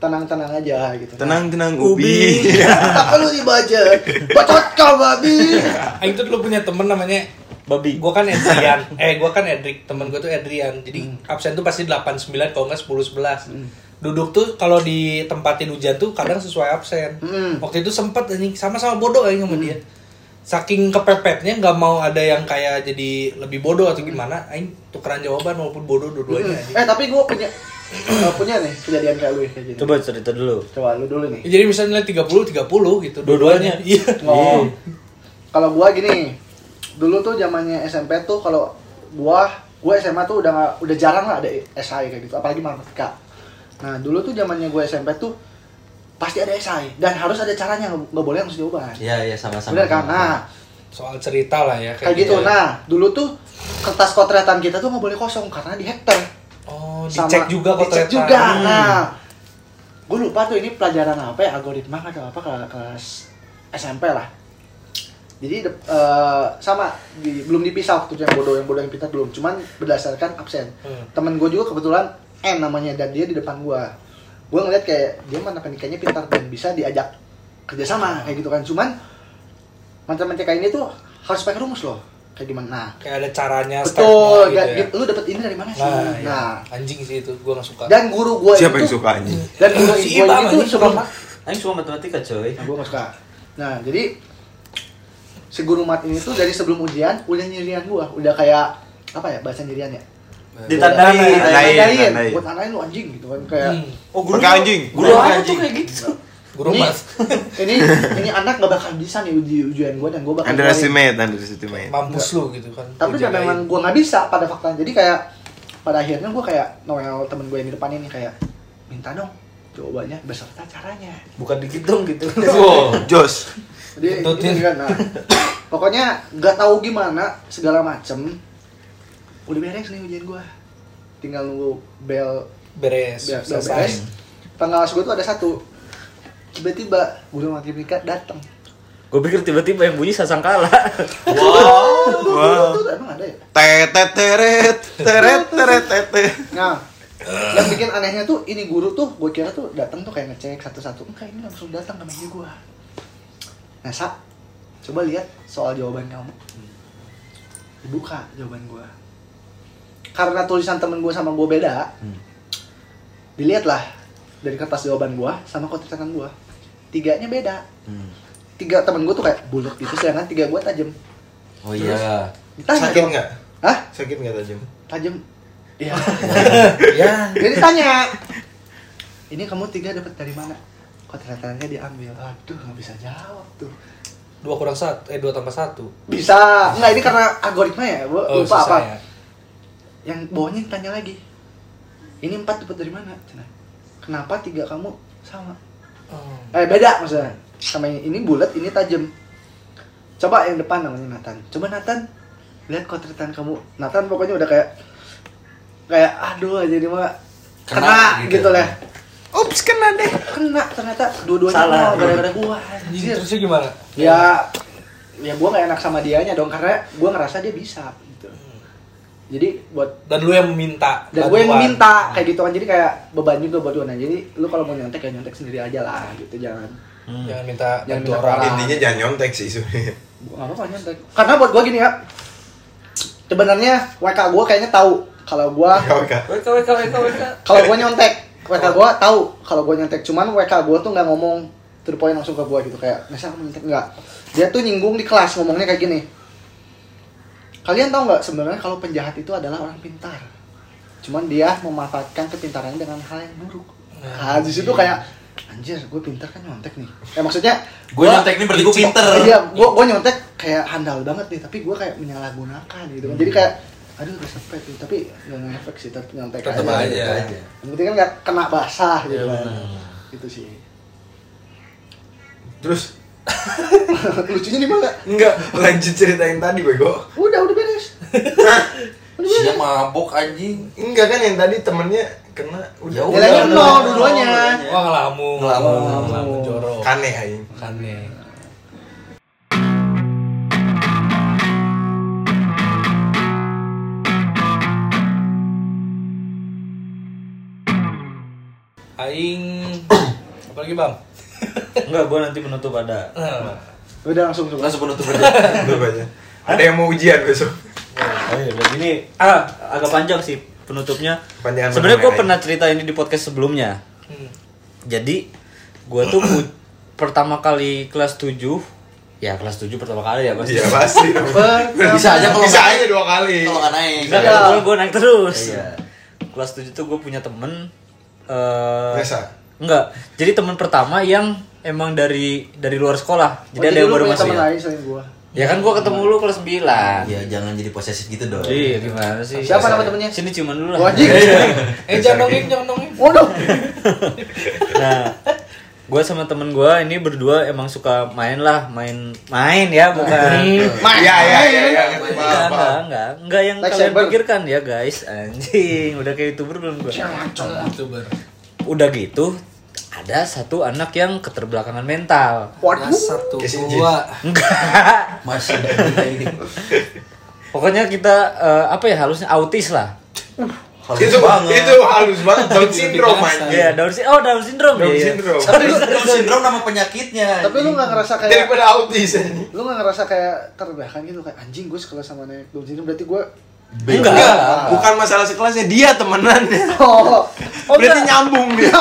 Speaker 2: tenang-tenang aja gitu.
Speaker 6: Tenang tenang
Speaker 1: Ubi.
Speaker 6: Ubi.
Speaker 2: Apa lu dibaca? Bacot kau babi.
Speaker 3: Aing tuh dulu punya temen namanya
Speaker 1: babi.
Speaker 3: Gue kan Adrian, eh gue kan Edric, temen gue tuh Adrian Jadi
Speaker 2: Hmm.
Speaker 3: absen tuh pasti 89 kalau nggak 10-11 Duduk tuh kalau ditempatin hujan tuh kadang sesuai absen
Speaker 2: Hmm.
Speaker 3: Waktu itu sempet anjing, sama-sama bodoh anjing sama dia Saking kepepetnya nggak mau ada yang
Speaker 2: Hmm.
Speaker 3: kayak jadi lebih bodoh atau gimana Aing tukeran jawaban walaupun bodoh dua-duanya anjing
Speaker 2: Eh tapi gua punya Kalau punya nih kejadian kayak lu ya, kayak gini.
Speaker 1: Coba cerita dulu.
Speaker 2: Coba lu dulu nih.
Speaker 3: Jadi misalnya 30 30 gitu
Speaker 1: Dua-duanya.
Speaker 3: Iya.
Speaker 2: Oh. Kalau gua gini, dulu tuh zamannya SMP tuh kalau gua gua SMA tuh udah nggak- udah jarang lah ada SI kayak gitu, apalagi matematika. Nah, dulu tuh zamannya gua SMP tuh pasti ada SI dan harus ada caranya nggak nggak boleh langsung jawaban.
Speaker 5: Iya, iya sama-sama.
Speaker 2: Bener kan? Nah,
Speaker 3: Soal cerita lah ya
Speaker 2: kayak gitu. Nah, dulu tuh kertas kotretan kita tuh nggak boleh kosong karena di hektar.
Speaker 3: Oh,
Speaker 2: Sama-
Speaker 3: dicek juga kok ternyata.
Speaker 2: dicek juga
Speaker 3: Hmm.
Speaker 2: nah gue lupa tuh ini pelajaran apa ya algoritma atau apa ke- kelas SMP lah jadi de- eh, sama di- belum dipisah waktu itu yang bodoh yang bodoh yang pintar belum cuman berdasarkan absen
Speaker 3: Hmm.
Speaker 2: temen gue juga kebetulan N namanya dan dia di depan gue gue ngeliat kayak dia matematikanya pintar dan bisa diajak kerjasama kayak gitu kan cuman matematika ini tuh harus pakai rumus loh kayak gimana nah
Speaker 3: Kayak ada caranya
Speaker 2: betul
Speaker 3: stepnya
Speaker 2: dan
Speaker 3: gitu
Speaker 2: lu dapet ini dari mana
Speaker 3: ya.
Speaker 2: sih
Speaker 3: Nah,
Speaker 2: nah, Ya,
Speaker 3: iya. anjing sih itu gua gak suka.
Speaker 2: dan guru gue
Speaker 6: Siapa
Speaker 2: itu
Speaker 6: yang suka anjing?
Speaker 2: dan guru
Speaker 3: Si
Speaker 2: gue
Speaker 3: Ibam,
Speaker 2: itu
Speaker 3: anjing,
Speaker 2: suka
Speaker 3: suka
Speaker 2: mat
Speaker 1: Aing suka matematika, coy.
Speaker 2: nah, gue nggak suka nah jadi si guru mat ini tuh dari sebelum ujian udah nyirian gue udah kayak apa ya bahasa nyirian ya
Speaker 1: Ditandain,
Speaker 2: ditandain,
Speaker 6: ditandain.
Speaker 2: ditandain.
Speaker 6: Ditandain.
Speaker 2: buat tandain lu anjing gitu kan kayak
Speaker 3: Hmm.
Speaker 1: Oh,
Speaker 6: Pakai anjing.
Speaker 1: Guru apa tuh kayak gitu?
Speaker 3: Guru
Speaker 2: ini,
Speaker 3: mas
Speaker 2: ini ini anak gak bakal bisa nih uji ujian gue dan gue bakal keluarin.
Speaker 6: Underestimate, underestimate.
Speaker 3: mampus lu gitu kan.
Speaker 2: tapi
Speaker 3: Gua
Speaker 2: udah
Speaker 3: jagain.
Speaker 2: memang gue nggak bisa pada faktanya jadi kayak pada akhirnya gue kayak noel temen gue yang di depan ini kayak minta dong jawabannya beserta caranya
Speaker 1: Bukan dikit dong gitu.
Speaker 3: Wow.
Speaker 5: Oh.
Speaker 6: Jos,
Speaker 2: Jadi
Speaker 3: Tuntutin.
Speaker 2: gitu kan. Nah, pokoknya nggak tahu gimana segala macem. Udah beres nih ujian gua. Tinggal nunggu bel
Speaker 3: Beres.
Speaker 2: bel, bel
Speaker 3: selesai.
Speaker 2: beres. Pengawas gua tuh ada satu. Tiba-tiba guru matematika datang.
Speaker 1: Gue pikir tiba-tiba yang bunyi sasangkala.
Speaker 2: Wow. Guru
Speaker 6: Wow.
Speaker 2: tuh emang ada ya?
Speaker 6: tetet teret teret teret teret.
Speaker 2: Nah, yang bikin anehnya tuh ini guru tuh gue kira tuh datang tuh kayak ngecek satu-satu. Enggak, ini langsung datang ke meja gua. Nah, Sa, coba lihat soal jawaban kamu. Dibuka jawaban gua. Karena tulisan temen gua sama gua beda, dilihatlah dari kertas jawaban gua sama kotak tangan gua. Tiganya beda. Tiga temen gua tuh kayak bulat gitu, sedangkan tiga gua tajam.
Speaker 5: Oh iya.
Speaker 2: Ditanya
Speaker 6: Sakit
Speaker 2: dong,
Speaker 6: nggak?
Speaker 2: Hah?
Speaker 6: Sakit nggak tajam?
Speaker 2: Tajam. Iya.
Speaker 3: Ya.
Speaker 2: Jadi tanya, ini kamu tiga dapat dari mana? Kontratannya diambil. Aduh, nggak bisa jawab tuh.
Speaker 3: Dua kurang satu, eh dua tambah satu.
Speaker 2: Bisa, nggak ini karena algoritma ya, gua
Speaker 3: Oh,
Speaker 2: lupa apa.
Speaker 3: susah ya.
Speaker 2: Yang bawahnya tanya lagi, ini empat dapat dari mana? Cina. Kenapa tiga kamu sama?
Speaker 3: Oh.
Speaker 2: Eh beda maksudnya. Sama ini, ini bulat, ini tajam. Coba yang depan namanya Nathan. Coba Nathan, lihat kontratan kamu. Nathan pokoknya udah kayak kayak aduh aja dia mah kena,
Speaker 5: Kena
Speaker 2: gitu,
Speaker 5: gitu.
Speaker 2: lah. Ups kena deh. Kena ternyata dua-duanya
Speaker 1: Salah.
Speaker 2: kena gara-gara gua
Speaker 3: Anjing,
Speaker 2: anjir.
Speaker 3: terusnya gimana?
Speaker 2: Ya ya gua gak enak sama dianya dong karena gua ngerasa dia bisa gitu. Jadi buat
Speaker 3: Dan lu yang meminta.
Speaker 2: dan gue yang
Speaker 3: bantuan.
Speaker 2: minta kayak gitu kan jadi kayak beban juga buat gue nah jadi lu kalau mau nyontek ya nyontek sendiri aja lah gitu jangan
Speaker 3: Jangan Hmm. minta
Speaker 2: Jangan
Speaker 3: bantu
Speaker 2: minta
Speaker 3: orang.
Speaker 2: orang.
Speaker 6: Intinya jangan nyontek sih sebenarnya.
Speaker 2: gak apa-apa nyontek karena buat gue gini ya sebenarnya WK gue kayaknya tahu kalau gue
Speaker 6: Kau kak.
Speaker 2: kalau gue nyontek WK gue tahu kalau gue nyontek cuman WK gue tuh nggak ngomong to the point langsung ke gue gitu kayak misalnya kamu nyontek nggak dia tuh nyinggung di kelas ngomongnya kayak gini kalian tahu nggak sebenarnya kalau penjahat itu adalah orang pintar cuman dia memanfaatkan kepintarannya dengan hal yang buruk nah, di situ kayak anjir gue pintar kan nyontek nih eh maksudnya
Speaker 5: Gue
Speaker 2: gua-
Speaker 5: nyontek ini berarti gue pinter.
Speaker 2: Iya, gua gua nyontek kayak handal banget nih, tapi gua kayak menyalahgunakan gitu kan. Jadi kayak aduh udah sampai tuh, tapi nggak ngefek sih tetap nyontek
Speaker 3: Tetep aja.
Speaker 5: aja.
Speaker 2: Yang penting kan nggak kena basah
Speaker 1: Iya,
Speaker 2: gitu kan. Itu sih.
Speaker 6: Terus
Speaker 2: Lucunya di mana?
Speaker 6: enggak lanjut ceritain tadi bego.
Speaker 2: Udah, udah beres. udah
Speaker 5: Dia
Speaker 2: beres.
Speaker 5: mabok anjing.
Speaker 6: Enggak kan yang tadi temennya kena udah.
Speaker 5: Ya udah.
Speaker 2: Nilainya nol dua-duanya.
Speaker 3: Wah ngelamun.
Speaker 5: Ngelamun.
Speaker 3: Ngelamun jorok.
Speaker 6: Kane aing.
Speaker 3: Kane. Aing apa lagi bang? Nah.
Speaker 1: Enggak, gue nanti menutup ada.
Speaker 2: Udah langsung coba.
Speaker 5: Langsung penutup aja.
Speaker 6: Tuh aja. Ada yang mau ujian besok.
Speaker 1: Oh iya, udah gini. Ah, agak panjang sih penutupnya.
Speaker 6: Panjangan
Speaker 1: Sebenarnya gue
Speaker 6: mengenai.
Speaker 1: pernah cerita ini di podcast sebelumnya.
Speaker 3: Hmm.
Speaker 1: Jadi, gue tuh bu- pertama kali kelas 7 ya kelas 7 pertama kali ya pasti.
Speaker 6: Iya pasti. dong.
Speaker 2: Per-
Speaker 5: Ah, Bisa aja kalau
Speaker 6: Bisa
Speaker 5: nggak-
Speaker 6: aja dua kali.
Speaker 5: Kalau nggak naik.
Speaker 1: Enggak, kebetulan gue Iya. naik terus.
Speaker 5: Iya.
Speaker 1: Kelas kelas 7 tuh gue punya temen eh
Speaker 4: Resa?
Speaker 1: Enggak. Jadi temen pertama yang emang dari dari luar sekolah. Jadi
Speaker 2: Oh,
Speaker 1: ada
Speaker 2: jadi
Speaker 1: yang
Speaker 2: lu
Speaker 1: baru
Speaker 2: punya
Speaker 1: masuk.
Speaker 2: teman lain selain gua.
Speaker 1: Ya kan gua ketemu lu kelas 9.
Speaker 5: Ya jangan jadi posesif gitu dong.
Speaker 1: Iya, gimana sih?
Speaker 2: Siapa nama temennya?
Speaker 1: Sini Iya, cuman dulu
Speaker 2: Gua
Speaker 1: lah.
Speaker 2: anjing.
Speaker 3: Eh jangan dongeng, jangan dongeng.
Speaker 2: Waduh.
Speaker 1: Nah, gua sama temen gua ini berdua emang suka main lah, main main ya, bukan.
Speaker 4: Iya, iya, iya, iya, ngerti, paham,
Speaker 1: Enggak, enggak,
Speaker 4: paham.
Speaker 1: enggak, enggak yang
Speaker 2: Like
Speaker 1: kalian
Speaker 2: saber.
Speaker 1: pikirkan ya guys Anjing, udah kayak youtuber belum gua
Speaker 3: Youtuber.
Speaker 1: Udah gitu, ada satu anak yang keterbelakangan mental
Speaker 2: Waduh.
Speaker 3: Kelas satu dua.
Speaker 1: Enggak,
Speaker 5: Masih
Speaker 1: Pokoknya kita eh, apa ya harusnya autis lah.
Speaker 5: halus
Speaker 4: Itu
Speaker 5: banget.
Speaker 4: itu halus banget Down syndrome anjing.
Speaker 1: Iya, Down syndrome. Oh, Down syndrome.
Speaker 4: Down
Speaker 1: iya, iya.
Speaker 4: syndrome.
Speaker 5: Tapi Kan lu Down syndrome nama penyakitnya.
Speaker 2: Tapi lu nggak ngerasa kayak
Speaker 4: Daripada autis anjing.
Speaker 2: lu nggak ngerasa kayak terbelakang gitu kayak anjing gue sekelas sama nenek Down syndrome berarti gue
Speaker 1: Enggak.
Speaker 6: Bukan masalah sekelasnya dia temenannya.
Speaker 2: oh, oh
Speaker 6: Berarti
Speaker 2: enggak.
Speaker 6: nyambung dia.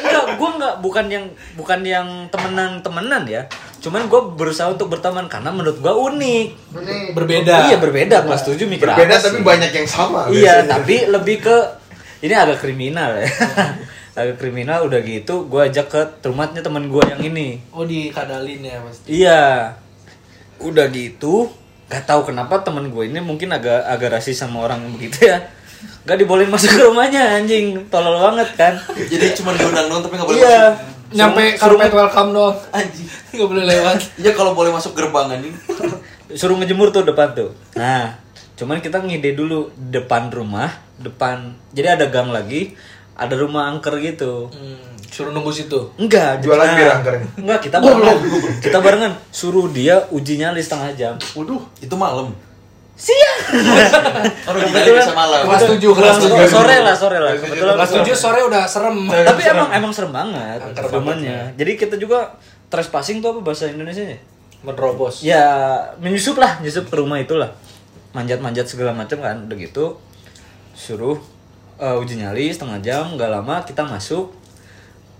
Speaker 1: Enggak, gue enggak bukan yang bukan yang temenan-temenan ya. Cuman gue berusaha untuk berteman karena menurut gue unik.
Speaker 2: Nih,
Speaker 3: Berbeda.
Speaker 1: Iya, berbeda. Kelas 7 mikir
Speaker 4: Beda
Speaker 1: apa
Speaker 4: tapi
Speaker 1: sih?
Speaker 4: banyak yang sama.
Speaker 1: Iya,
Speaker 4: biasanya.
Speaker 1: tapi lebih ke ini agak kriminal ya. agak kriminal udah gitu gue ajak ke rumahnya teman gue yang ini.
Speaker 3: Oh dikadalin ya pasti.
Speaker 1: Iya. Udah gitu, gak tahu kenapa temen gue ini mungkin agak agak rasis sama orang yang begitu ya. Gak dibolehin masuk ke rumahnya anjing, tolol banget kan.
Speaker 5: Jadi cuma diundang doang tapi nggak boleh
Speaker 1: iya.
Speaker 5: masuk.
Speaker 3: Nyampe
Speaker 1: suruh,
Speaker 3: karpet welcome dong.
Speaker 5: Anjing.
Speaker 3: Enggak boleh lewat.
Speaker 5: Iya kalau boleh masuk gerbang anjing.
Speaker 1: suruh ngejemur tuh depan tuh. Nah, cuman kita ngide dulu depan rumah, depan. Jadi ada gang lagi, ada rumah angker gitu.
Speaker 3: Hmm, suruh nunggu situ.
Speaker 1: Enggak,
Speaker 4: Jualan
Speaker 1: nah,
Speaker 4: bir angkernya.
Speaker 1: Enggak, kita barengan. kita barengan suruh dia uji nyali setengah jam.
Speaker 2: waduh
Speaker 5: Itu malam.
Speaker 1: Siang.
Speaker 5: Kalau jadi bisa malam.
Speaker 3: Kelas tujuh, kelas tujuh.
Speaker 1: Sore lah, sore lah. Kebetulan
Speaker 3: Kelas 7 sore udah serem.
Speaker 1: tapi emang emang serem banget
Speaker 3: Angker
Speaker 1: zamannya. Jadi kita juga trespassing tuh apa bahasa Indonesia ya?
Speaker 3: menerobos.
Speaker 1: Ya menyusup lah, nyusup ke rumah itulah. Manjat-manjat segala macam kan, udah gitu suruh eh, uji nyali setengah jam, nggak lama kita masuk.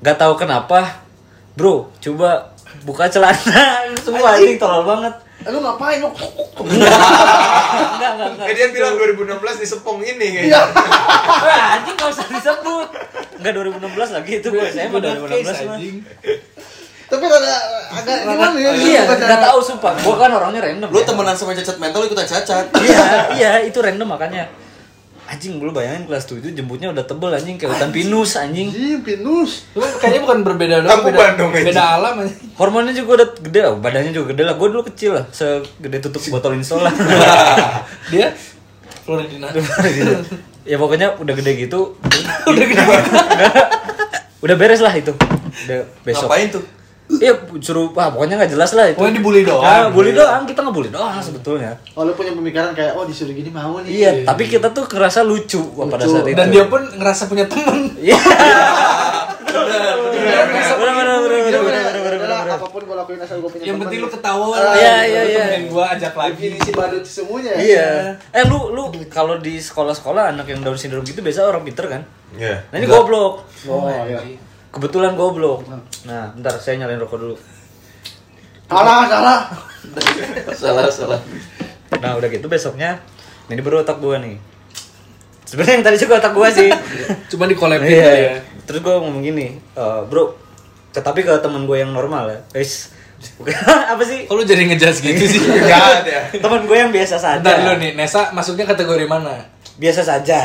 Speaker 1: Nggak tahu kenapa, bro, coba buka celana semua anjing tolol banget.
Speaker 2: Eh, lu ngapain lu
Speaker 1: Enggak, enggak, enggak.
Speaker 4: Eh, dia bilang 2016 di Sepong ini kayaknya.
Speaker 2: Iya.
Speaker 1: Wah, anjing gak usah disebut. Enggak 2016 lagi itu gue SMA 2016 mah.
Speaker 2: tapi rada agak gimana ya
Speaker 1: Iya,
Speaker 2: Bukan
Speaker 1: nggak
Speaker 2: cara-
Speaker 1: tahu sumpah. Gue kan orangnya random.
Speaker 5: Lu
Speaker 1: ya.
Speaker 5: temenan sama cacat mental ikutan cacat.
Speaker 1: Iya, iya itu random makanya. Anjing lu bayangin kelas 7 jembutnya udah tebel anjing kayak hutan pinus anjing.
Speaker 2: anjing pinus
Speaker 3: Lu kayaknya bukan berbeda doang,
Speaker 4: Tangkuban
Speaker 3: beda,
Speaker 4: dong, anjing.
Speaker 3: beda alam aja.
Speaker 1: Hormonnya juga udah gede lah, badannya juga gede lah. Gue dulu kecil lah, segede tutup botol insol lah.
Speaker 3: Dia Floridina.
Speaker 1: ya pokoknya udah gede gitu.
Speaker 3: Udah gede.
Speaker 1: Udah beres lah itu. Udah besok.
Speaker 5: Ngapain tuh?
Speaker 1: Iya, suruh ah, pokoknya nggak jelas lah itu.
Speaker 3: Pokoknya dibully doang. Iya.
Speaker 1: Ah, bully doang, kita ngebully doang sebetulnya.
Speaker 2: oh lu punya pemikiran kayak oh disuruh gini mau nih
Speaker 1: Iya, tapi kita tuh ngerasa lucu, wah, pada
Speaker 2: Lucu.
Speaker 1: saat itu.
Speaker 3: Dan dia pun ngerasa punya temen.
Speaker 1: Iya.
Speaker 3: Dia ngerasa punya
Speaker 1: Bener,
Speaker 3: temen.
Speaker 1: bener, bener,
Speaker 2: Udah, udah,
Speaker 1: bener,
Speaker 2: udah,
Speaker 1: bener,
Speaker 2: udah,
Speaker 1: bener.
Speaker 2: apapun gue lakuin asal gue punya
Speaker 3: Yang
Speaker 2: temen. Ah,
Speaker 3: penting lu ketawa lah.
Speaker 1: Iya, iya,
Speaker 3: Lu
Speaker 1: iya.
Speaker 3: temenin gua ajak lagi.
Speaker 2: definisi badut semuanya
Speaker 1: Iya. Eh lu lu kalau di sekolah-sekolah anak yang Down syndrome gitu biasa orang pinter kan?
Speaker 4: Iya.
Speaker 1: Nah ini goblok.
Speaker 2: oh iya
Speaker 1: Kebetulan goblok. Nah, bentar saya nyalain rokok dulu.
Speaker 2: kalah kalah
Speaker 5: Salah salah.
Speaker 1: Nah, udah gitu besoknya ini baru otak gua nih. Sebenarnya yang tadi juga otak gua sih.
Speaker 3: Cuma di collab
Speaker 1: Iya.
Speaker 3: ya.
Speaker 1: Terus gua ngomong gini, "Eh, Bro, ke- tapi ke teman gue yang normal ya. Guys, apa sih?
Speaker 3: Kok lu jadi ngejudge gitu sih?
Speaker 4: Jahat ya.
Speaker 1: Teman gue yang biasa
Speaker 3: Bentar dulu
Speaker 1: saja.
Speaker 3: nih, Nesa masuknya kategori mana?
Speaker 1: Biasa saja.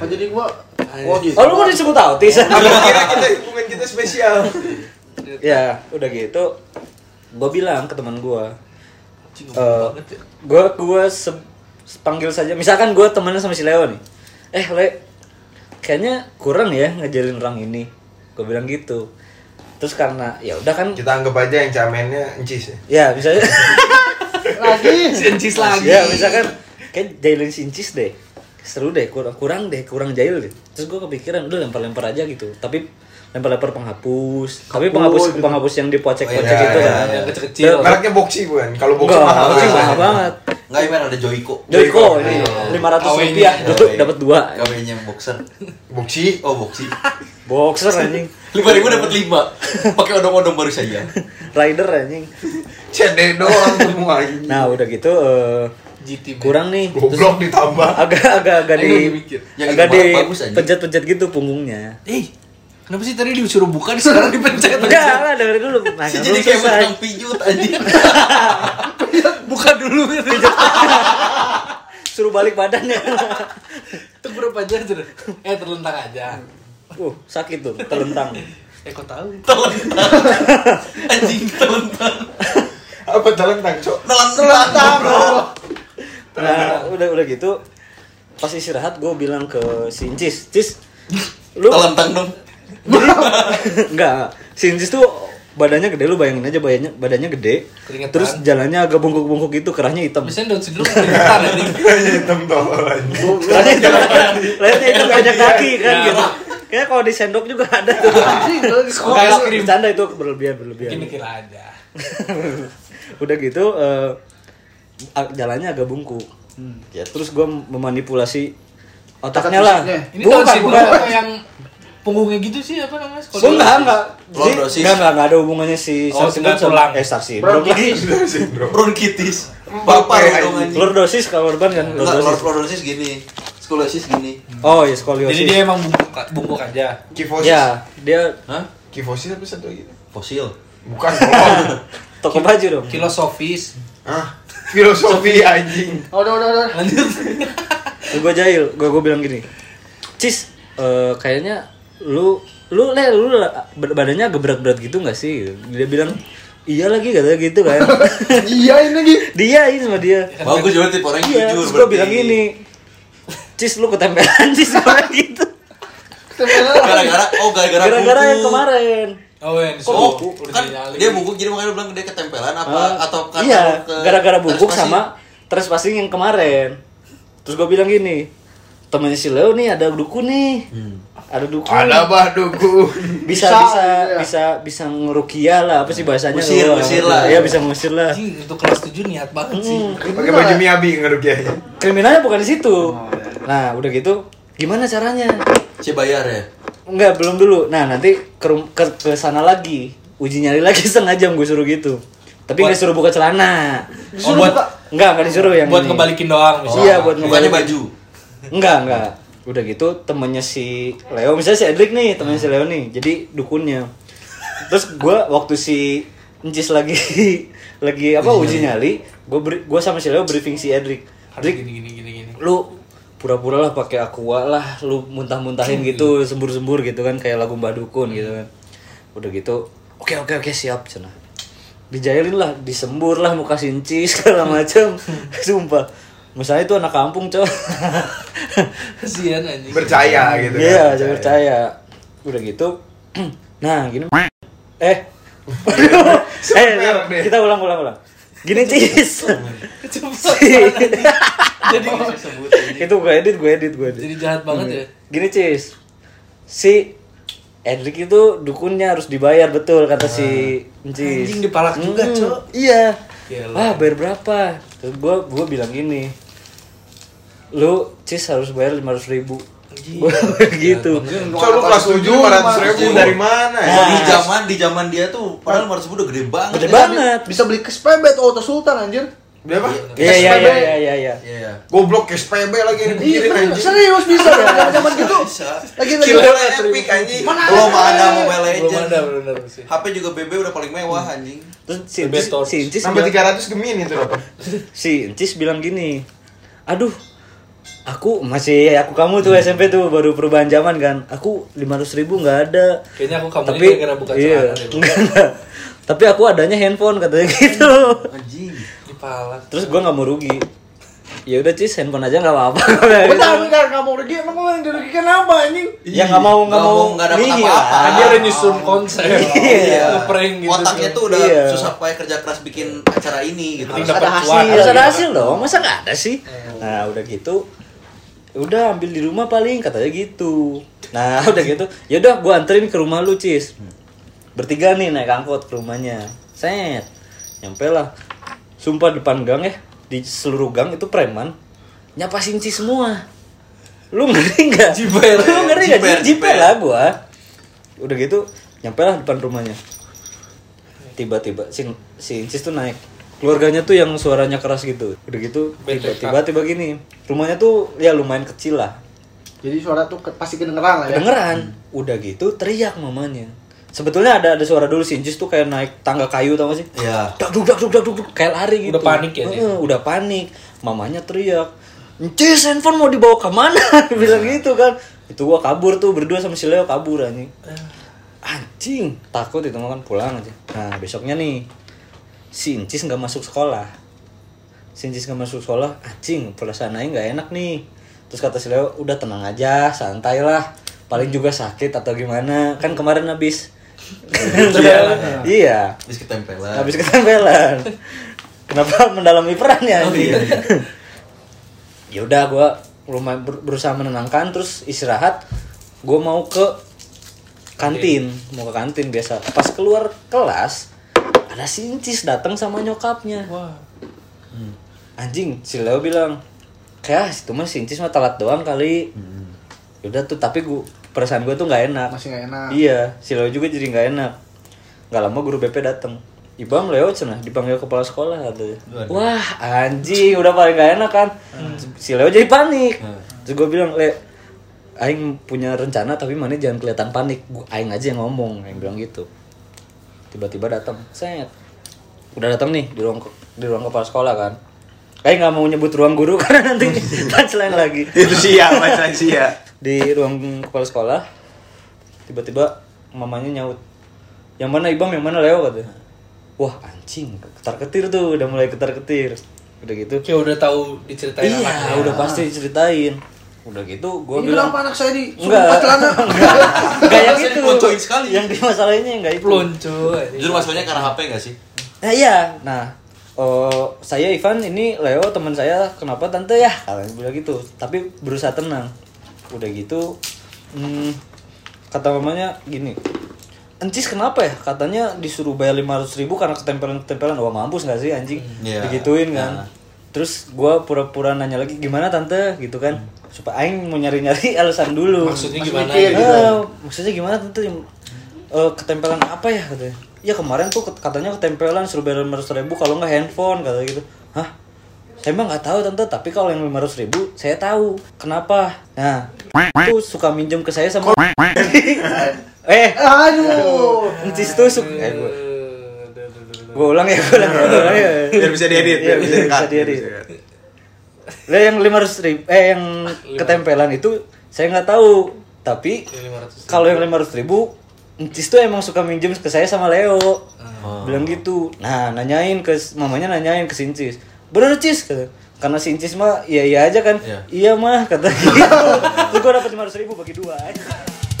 Speaker 2: oh jadi gue oh
Speaker 3: Iya.
Speaker 2: gitu
Speaker 1: Oh, lu mau disebut autis?
Speaker 4: Aku kira kita hubungan kita spesial.
Speaker 1: ya udah gitu gue bilang ke eh, teman gue
Speaker 3: banget ya.
Speaker 1: gue gue panggil saja misalkan gue temenan sama si Leo nih eh Le kayaknya kurang ya ngajarin orang ini gue bilang gitu terus karena ya udah kan
Speaker 4: Kita anggap aja yang camennya encis ya.
Speaker 1: ya misalnya
Speaker 2: lagi
Speaker 3: Si Encis lagi.
Speaker 1: ya misalkan kayak jailin si Incis deh seru deh kurang kurang deh kurang jail deh terus gue kepikiran udah lempar lempar aja gitu tapi lempar lempar penghapus tapi penghapus penghapus yang dipocek pocek
Speaker 4: Oh, iya,
Speaker 1: itu
Speaker 4: iya,
Speaker 1: kan
Speaker 4: iya.
Speaker 3: Yang kecil-kecil.
Speaker 4: Mereknya boxy bukan? Kalau boxy
Speaker 1: Enggak,
Speaker 4: mahal.
Speaker 1: boxy mahal banget.
Speaker 5: Enggak, Iman ada Joyko.
Speaker 1: Joyko ini lima ratus
Speaker 3: KW-nya.
Speaker 1: rupiah
Speaker 5: KW.
Speaker 1: dapat dua.
Speaker 5: KW-nya boxer.
Speaker 4: Boxy.
Speaker 5: Oh, boxy.
Speaker 1: Boxer anjing,
Speaker 5: 5000 dapat 5. Pakai odong-odong baru saja.
Speaker 1: rider anjing.
Speaker 4: Cede doang semua.
Speaker 1: Nah udah gitu eh,
Speaker 3: GT man.
Speaker 1: kurang nih terus
Speaker 4: Goblok ditambah.
Speaker 1: agak agak agak
Speaker 3: Ayo
Speaker 1: di
Speaker 3: dipikir.
Speaker 5: Ya,
Speaker 1: agak
Speaker 5: itu
Speaker 1: di
Speaker 5: bagus aja.
Speaker 1: pencet-pencet gitu punggungnya
Speaker 3: Eh, kenapa sih tadi disuruh buka sekarang dipencet?
Speaker 1: enggak lah dengerin dulu nah,
Speaker 5: Sih,
Speaker 1: kan
Speaker 5: jadi
Speaker 1: belum
Speaker 5: kayak
Speaker 1: selesai.
Speaker 5: menang pijut anjing.
Speaker 3: buka dulu gitu.
Speaker 1: suruh balik ya. badannya
Speaker 3: Tengkurap aja terus. Eh, terlentang aja.
Speaker 1: uh sakit tuh terlentang Nah,
Speaker 3: Eh, kok tahu?
Speaker 5: Anjing telentang.
Speaker 4: Apa telentang, Cok?
Speaker 5: Telentang.
Speaker 1: nah udah udah gitu pas istirahat gue bilang ke si Incis Cis lu
Speaker 5: Telentang dong.
Speaker 1: Enggak, si Incis tuh badannya gede lu bayangin aja badannya badannya gede.
Speaker 3: Keringetan.
Speaker 1: Terus jalannya agag bengkok-bengkok gitu, kerahnya hitam.
Speaker 3: Biasanya Down syndrome keringetan anjing.
Speaker 4: Hitam tolol anjing.
Speaker 1: Kerahnya hitam. Lihatnya hitam banyak kaki kan gitu. Kayaknya kalau di sendok juga ada tuh.
Speaker 3: Kayak es krim.
Speaker 1: Bercanda itu berlebihan berlebihan.
Speaker 3: Bikin mikir aja.
Speaker 1: Udah gitu eh, a- jalannya agak bungkuk.
Speaker 3: Hmm.
Speaker 1: Ya terus gua memanipulasi otaknya
Speaker 2: Otak
Speaker 1: lah.
Speaker 2: musiknya.
Speaker 3: Eh, Ini ya?
Speaker 1: bukan,
Speaker 3: Down syndrome
Speaker 1: bukan.
Speaker 3: apa yang punggungnya gitu sih apa namanya?
Speaker 1: Gua enggak, enggak. Jadi,
Speaker 5: Lordosis.
Speaker 1: enggak, enggak, enggak ada hubungannya si
Speaker 3: Oh,
Speaker 1: Sarsi Brown
Speaker 3: dengan tulang.
Speaker 1: sama- Eh, Sarsi Brown lagi.
Speaker 5: Bronkitis.
Speaker 4: Sindrom.
Speaker 5: Bronkitis. Bapak lu dong anjing.
Speaker 1: Lordosis kalau urban kan
Speaker 5: Enggak,
Speaker 1: lordosis.
Speaker 5: lordosis gini. Skoliosis gini.
Speaker 1: Oh ya skoliosis.
Speaker 3: Jadi dia emang bungkuk, bungkuk aja.
Speaker 4: Kifosis.
Speaker 1: ya dia
Speaker 5: Hah?
Speaker 4: Kifosis apa satu lagi?
Speaker 5: Fosil.
Speaker 4: Bukan tolol.
Speaker 1: toko baju
Speaker 3: Hmm.
Speaker 1: dong.
Speaker 3: Filosofis.
Speaker 4: Ah, filosofi anjing.
Speaker 2: Oh, udah, udah, udah.
Speaker 3: Lanjut.
Speaker 1: Gue jahil, gue gue bilang gini, Cis, eh, kayaknya lu lu le lu la- badannya agak berat-berat gitu nggak sih? Dia bilang iya lagi kata gitu kan.
Speaker 2: Iya ini lagi.
Speaker 1: dia ini sama dia.
Speaker 5: Bagus juga tipe orang
Speaker 1: Iya,
Speaker 5: yang jujur.
Speaker 1: terus gue
Speaker 5: berarti.
Speaker 1: bilang gini, Cis lu ketempelan Cis orang gitu.
Speaker 5: Gara-gara oh gara-gara
Speaker 1: Gara-gara yang
Speaker 5: kuku.
Speaker 1: kemarin.
Speaker 3: Oh, yang
Speaker 5: Oh,
Speaker 3: disuruh. Udah
Speaker 5: kan
Speaker 3: dinyalin.
Speaker 5: dia bungkuk jadi makanya lu bilang dia ketempelan apa
Speaker 1: Ah,
Speaker 5: Oh, atau karena
Speaker 1: iya,
Speaker 5: lu ke
Speaker 1: gara-gara bungkuk
Speaker 5: transpasi?
Speaker 1: sama trespassing yang kemarin. Terus gue bilang gini, temennya si Leo nih ada duku nih,
Speaker 5: Hmm.
Speaker 1: ada duku.
Speaker 4: Ada bah duku.
Speaker 1: bisa
Speaker 2: Bisa,
Speaker 1: bisa
Speaker 2: iya.
Speaker 1: bisa bisa ngerukia lah apa sih bahasanya
Speaker 5: Ngusir,
Speaker 1: lu?
Speaker 5: ngusir lah.
Speaker 1: iya bisa ngusir lah
Speaker 3: Anjing, untuk kelas 7 niat banget sih.
Speaker 4: Pakai baju ya. miabi ngerugianya.
Speaker 1: kriminalnya bukan di situ nah udah gitu gimana caranya
Speaker 5: si bayar ya.
Speaker 1: enggak belum dulu nah nanti ke rum- ke, ke sana lagi uji nyali lagi setengah jam gue suruh gitu tapi nggak suruh buka celana
Speaker 3: Oh, buat
Speaker 1: enggak enggak disuruh yang
Speaker 3: buat
Speaker 1: ini.
Speaker 3: ngebalikin doang
Speaker 1: Oh. Iya, buat
Speaker 5: bukannya
Speaker 1: ngebalikin.
Speaker 5: baju.
Speaker 1: enggak enggak udah gitu temennya si Leo misalnya si Edric nih temennya si Leo nih jadi dukunnya terus gue waktu si Encis lagi lagi apa uji nyali gue gue sama si Leo briefing si Edric
Speaker 3: Harus
Speaker 1: Edric
Speaker 3: gini gini gini gini.
Speaker 1: lu pura-pura lah pakai aqua lah lu muntah-muntahin
Speaker 4: Hmm.
Speaker 1: gitu sembur-sembur gitu kan kayak lagu Mbak Dukun gitu kan udah gitu oke oke oke siap cina dijailin lah disembur lah muka sinci segala macam sumpah misalnya itu anak kampung cow
Speaker 3: Kasihan anjing.
Speaker 4: Percaya gitu kan.
Speaker 1: iya saya percaya udah gitu nah gini eh eh
Speaker 4: merek deh.
Speaker 1: kita ulang ulang ulang gini cis
Speaker 3: Jadi
Speaker 1: itu gue edit gue edit gue edit
Speaker 3: jadi jahat banget ya.
Speaker 1: Iya. Gini Cis Si Edric itu dukunnya harus dibayar betul kata si Cis
Speaker 3: Ah. Anjing, dipalak juga, Cok.
Speaker 1: Iya
Speaker 3: Gila.
Speaker 1: Wah bayar berapa? Terus gue gua bilang gini Lu Cis harus bayar 500 ribu Gue
Speaker 3: Iya,
Speaker 1: gitu
Speaker 4: Cok lu kelas 7 500 ribu dari mana ya?
Speaker 1: Iya.
Speaker 5: Di zaman di zaman dia tuh padahal harus udah gede banget.
Speaker 1: Gede
Speaker 5: ya.
Speaker 1: banget
Speaker 2: Bisa beli kes PB tuh Auto Sultan anjir.
Speaker 4: Berapa?
Speaker 1: Iya iya iya iya iya iya
Speaker 5: Iya, Iya.
Speaker 4: Goblok cash PB lagi yang dipikirin
Speaker 2: Iya,
Speaker 4: anjing.
Speaker 2: serius bisa ya zaman gitu.
Speaker 5: Bisa.
Speaker 2: Lagi lagi.
Speaker 4: Killer epic anjing.
Speaker 2: Mana
Speaker 5: Belum ada Mobile
Speaker 3: Belum
Speaker 5: Legends.
Speaker 3: ada benar sih.
Speaker 5: HP juga BB udah paling mewah anjing.
Speaker 1: Terus si Cis,
Speaker 3: Bebetor.
Speaker 1: si Cis
Speaker 4: Sampai
Speaker 1: bilang-
Speaker 4: 300 gemin itu dapat.
Speaker 1: si Encis bilang gini aduh aku masih aku kamu
Speaker 3: Hmm.
Speaker 1: tuh SMP tuh baru perubahan zaman kan aku 500 ribu nggak ada
Speaker 3: Kayaknya aku kamu
Speaker 1: tapi
Speaker 3: ini gara-gara buka celana
Speaker 1: iya,
Speaker 5: ya,
Speaker 3: deh, Bang.
Speaker 1: enggak, enggak. tapi aku adanya handphone katanya gitu
Speaker 5: Anjing.
Speaker 3: Dipalak.
Speaker 1: terus gua nggak mau rugi ya udah cis handphone aja nggak apa-apa Gitu.
Speaker 2: Bentar, bentar, nggak mau rugi, emang lo yang dirugikan apa anjing?
Speaker 1: ya nggak mau nggak
Speaker 5: Nggak
Speaker 1: mau Iya.
Speaker 5: mau, nggak dapet
Speaker 1: nihil.
Speaker 5: apa-apa.
Speaker 3: Kan dia udah nyusun konsep.
Speaker 1: Iya.
Speaker 3: Ngeprank gitu.
Speaker 5: Otaknya tuh udah
Speaker 1: Iya.
Speaker 5: susah payah kerja keras bikin acara ini gitu.
Speaker 3: Penting dapat
Speaker 2: Harus ada
Speaker 3: cuan.
Speaker 2: hasil.
Speaker 1: harus ada hasil dong masa nggak ada sih nah udah gitu udah ambil di rumah paling katanya gitu nah udah gitu ya udah gua anterin ke rumah lu cis bertiga nih naik angkot ke rumahnya set nyampe lah sumpah depan gang ya di seluruh gang itu preman nyapa sinci semua lu ngeri nggak
Speaker 3: Jiper.
Speaker 1: lu ngeri nggak
Speaker 5: Jiper,
Speaker 1: jiper,
Speaker 5: jiper.
Speaker 1: lah gua udah gitu nyampe lah depan rumahnya tiba-tiba si si Incis tuh naik keluarganya tuh yang suaranya keras gitu udah gitu tiba-tiba tiba gini rumahnya tuh ya lumayan kecil lah
Speaker 2: Jadi suara tuh ke- pasti kedengeran lah ya.
Speaker 1: kedengeran udah gitu teriak mamanya sebetulnya ada ada suara dulu sih Jus tuh kayak naik tangga kayu tau gak sih
Speaker 5: Iya.
Speaker 1: dak duk dak duk dak duk duk, kayak lari gitu
Speaker 3: Udah panik ya dia?
Speaker 1: Heeh, udah panik mamanya teriak Cis handphone mau dibawa kemana bilang gitu kan itu gua kabur tuh berdua sama si Leo kabur anjing anjing takut itu makan pulang aja nah besoknya nih si Incis nggak masuk sekolah si Incis nggak masuk sekolah anjing perasaan Aing nggak enak nih terus kata si Leo udah tenang aja santai lah paling juga sakit atau gimana kan kemarin habis iya
Speaker 5: Habis ketempelan.
Speaker 1: habis ketempelan kenapa mendalami peran ya
Speaker 5: Oh, iya, iya.
Speaker 1: ya udah gue rumah ber- berusaha menenangkan terus istirahat gue mau ke kantin mau ke kantin biasa pas keluar kelas ada si Incis datang sama nyokapnya Hmm.
Speaker 3: Wah.
Speaker 1: anjing si Leo bilang kayak itu mah si Incis mah telat doang kali Yaudah tuh tapi gue perasaan gue tuh nggak enak
Speaker 2: Masih nggak enak.
Speaker 1: Iya, si Leo juga jadi nggak enak. Nggak lama guru BP datang. Ibang Leo cenah dipanggil kepala sekolah katanya. Wah anjing udah paling nggak enak kan. Si Leo jadi panik. Terus gue bilang Le, Aing punya rencana tapi mana jangan kelihatan panik. Gua- Aing aja yang ngomong, Aing bilang gitu. Tiba-tiba datang, set. Udah datang nih di ruang ke- di ruang kepala sekolah kan. Aing nggak mau nyebut ruang guru karena nanti punchline lagi
Speaker 6: itu
Speaker 4: ya,
Speaker 6: sia macam
Speaker 4: iya.
Speaker 6: sia
Speaker 1: di ruang kepala sekolah tiba-tiba mamanya nyaut yang mana ibam yang mana leo katanya wah anjing ketar ketir tuh udah mulai ketar ketir udah gitu
Speaker 3: Kayak udah tahu diceritain
Speaker 1: iya
Speaker 3: anaknya.
Speaker 1: udah pasti ceritain udah gitu gue
Speaker 2: Ini
Speaker 1: bilang
Speaker 2: kenapa anak saya di
Speaker 1: enggak enggak yang
Speaker 5: Saya
Speaker 1: itu
Speaker 5: diponcoin sekali.
Speaker 1: yang di masalahnya enggak itu
Speaker 3: pelonco.
Speaker 5: Jujur masalahnya karena HP gak sih?
Speaker 1: nah iya nah eh, saya Ivan ini Leo teman saya kenapa tante ya kalian bilang gitu tapi berusaha tenang udah gitu hmm, kata mamanya gini Encis kenapa ya? Katanya disuruh bayar 500 ribu karena ketempelan-ketempelan. Wah mampus gak sih anjing?
Speaker 5: Iya.
Speaker 1: Digituin kan. Terus gua pura-pura nanya lagi gimana tante gitu kan. Supaya aing mau nyari-nyari alasan dulu.
Speaker 3: Maksudnya gimana?
Speaker 2: mikir
Speaker 3: gitu?
Speaker 2: gitu.
Speaker 1: Eh, maksudnya gimana tuh ketempelan apa ya katanya? Ya kemarin tuh ket- katanya ketempelan suruh bayar 500 ribu kalau nggak handphone kata gitu. Hah? Saya emang nggak tahu tante, tapi kalau yang 500 ribu saya tahu. Kenapa? Nah, tuh suka minjem ke saya sama. eh,
Speaker 2: Aduh.
Speaker 1: Encis tuh suka. Eh, gue gue ulang ya, gue ulang, ya, gua ulang ya.
Speaker 6: biar bisa iya. diedit
Speaker 1: Iya, biar bisa diedit. Lah yang 500 ribu, eh yang ketempelan itu saya nggak tahu. Tapi kalau yang 500 ribu, Entis tuh emang suka minjem ke saya sama Leo. Bilang gitu. Nah, nanyain ke mamanya nanyain ke si Incis. Bener Cis kata. Karena si Incis mah iya iya aja kan. Iya mah kata gitu. Terus gue dapat 500 ribu bagi dua. aja.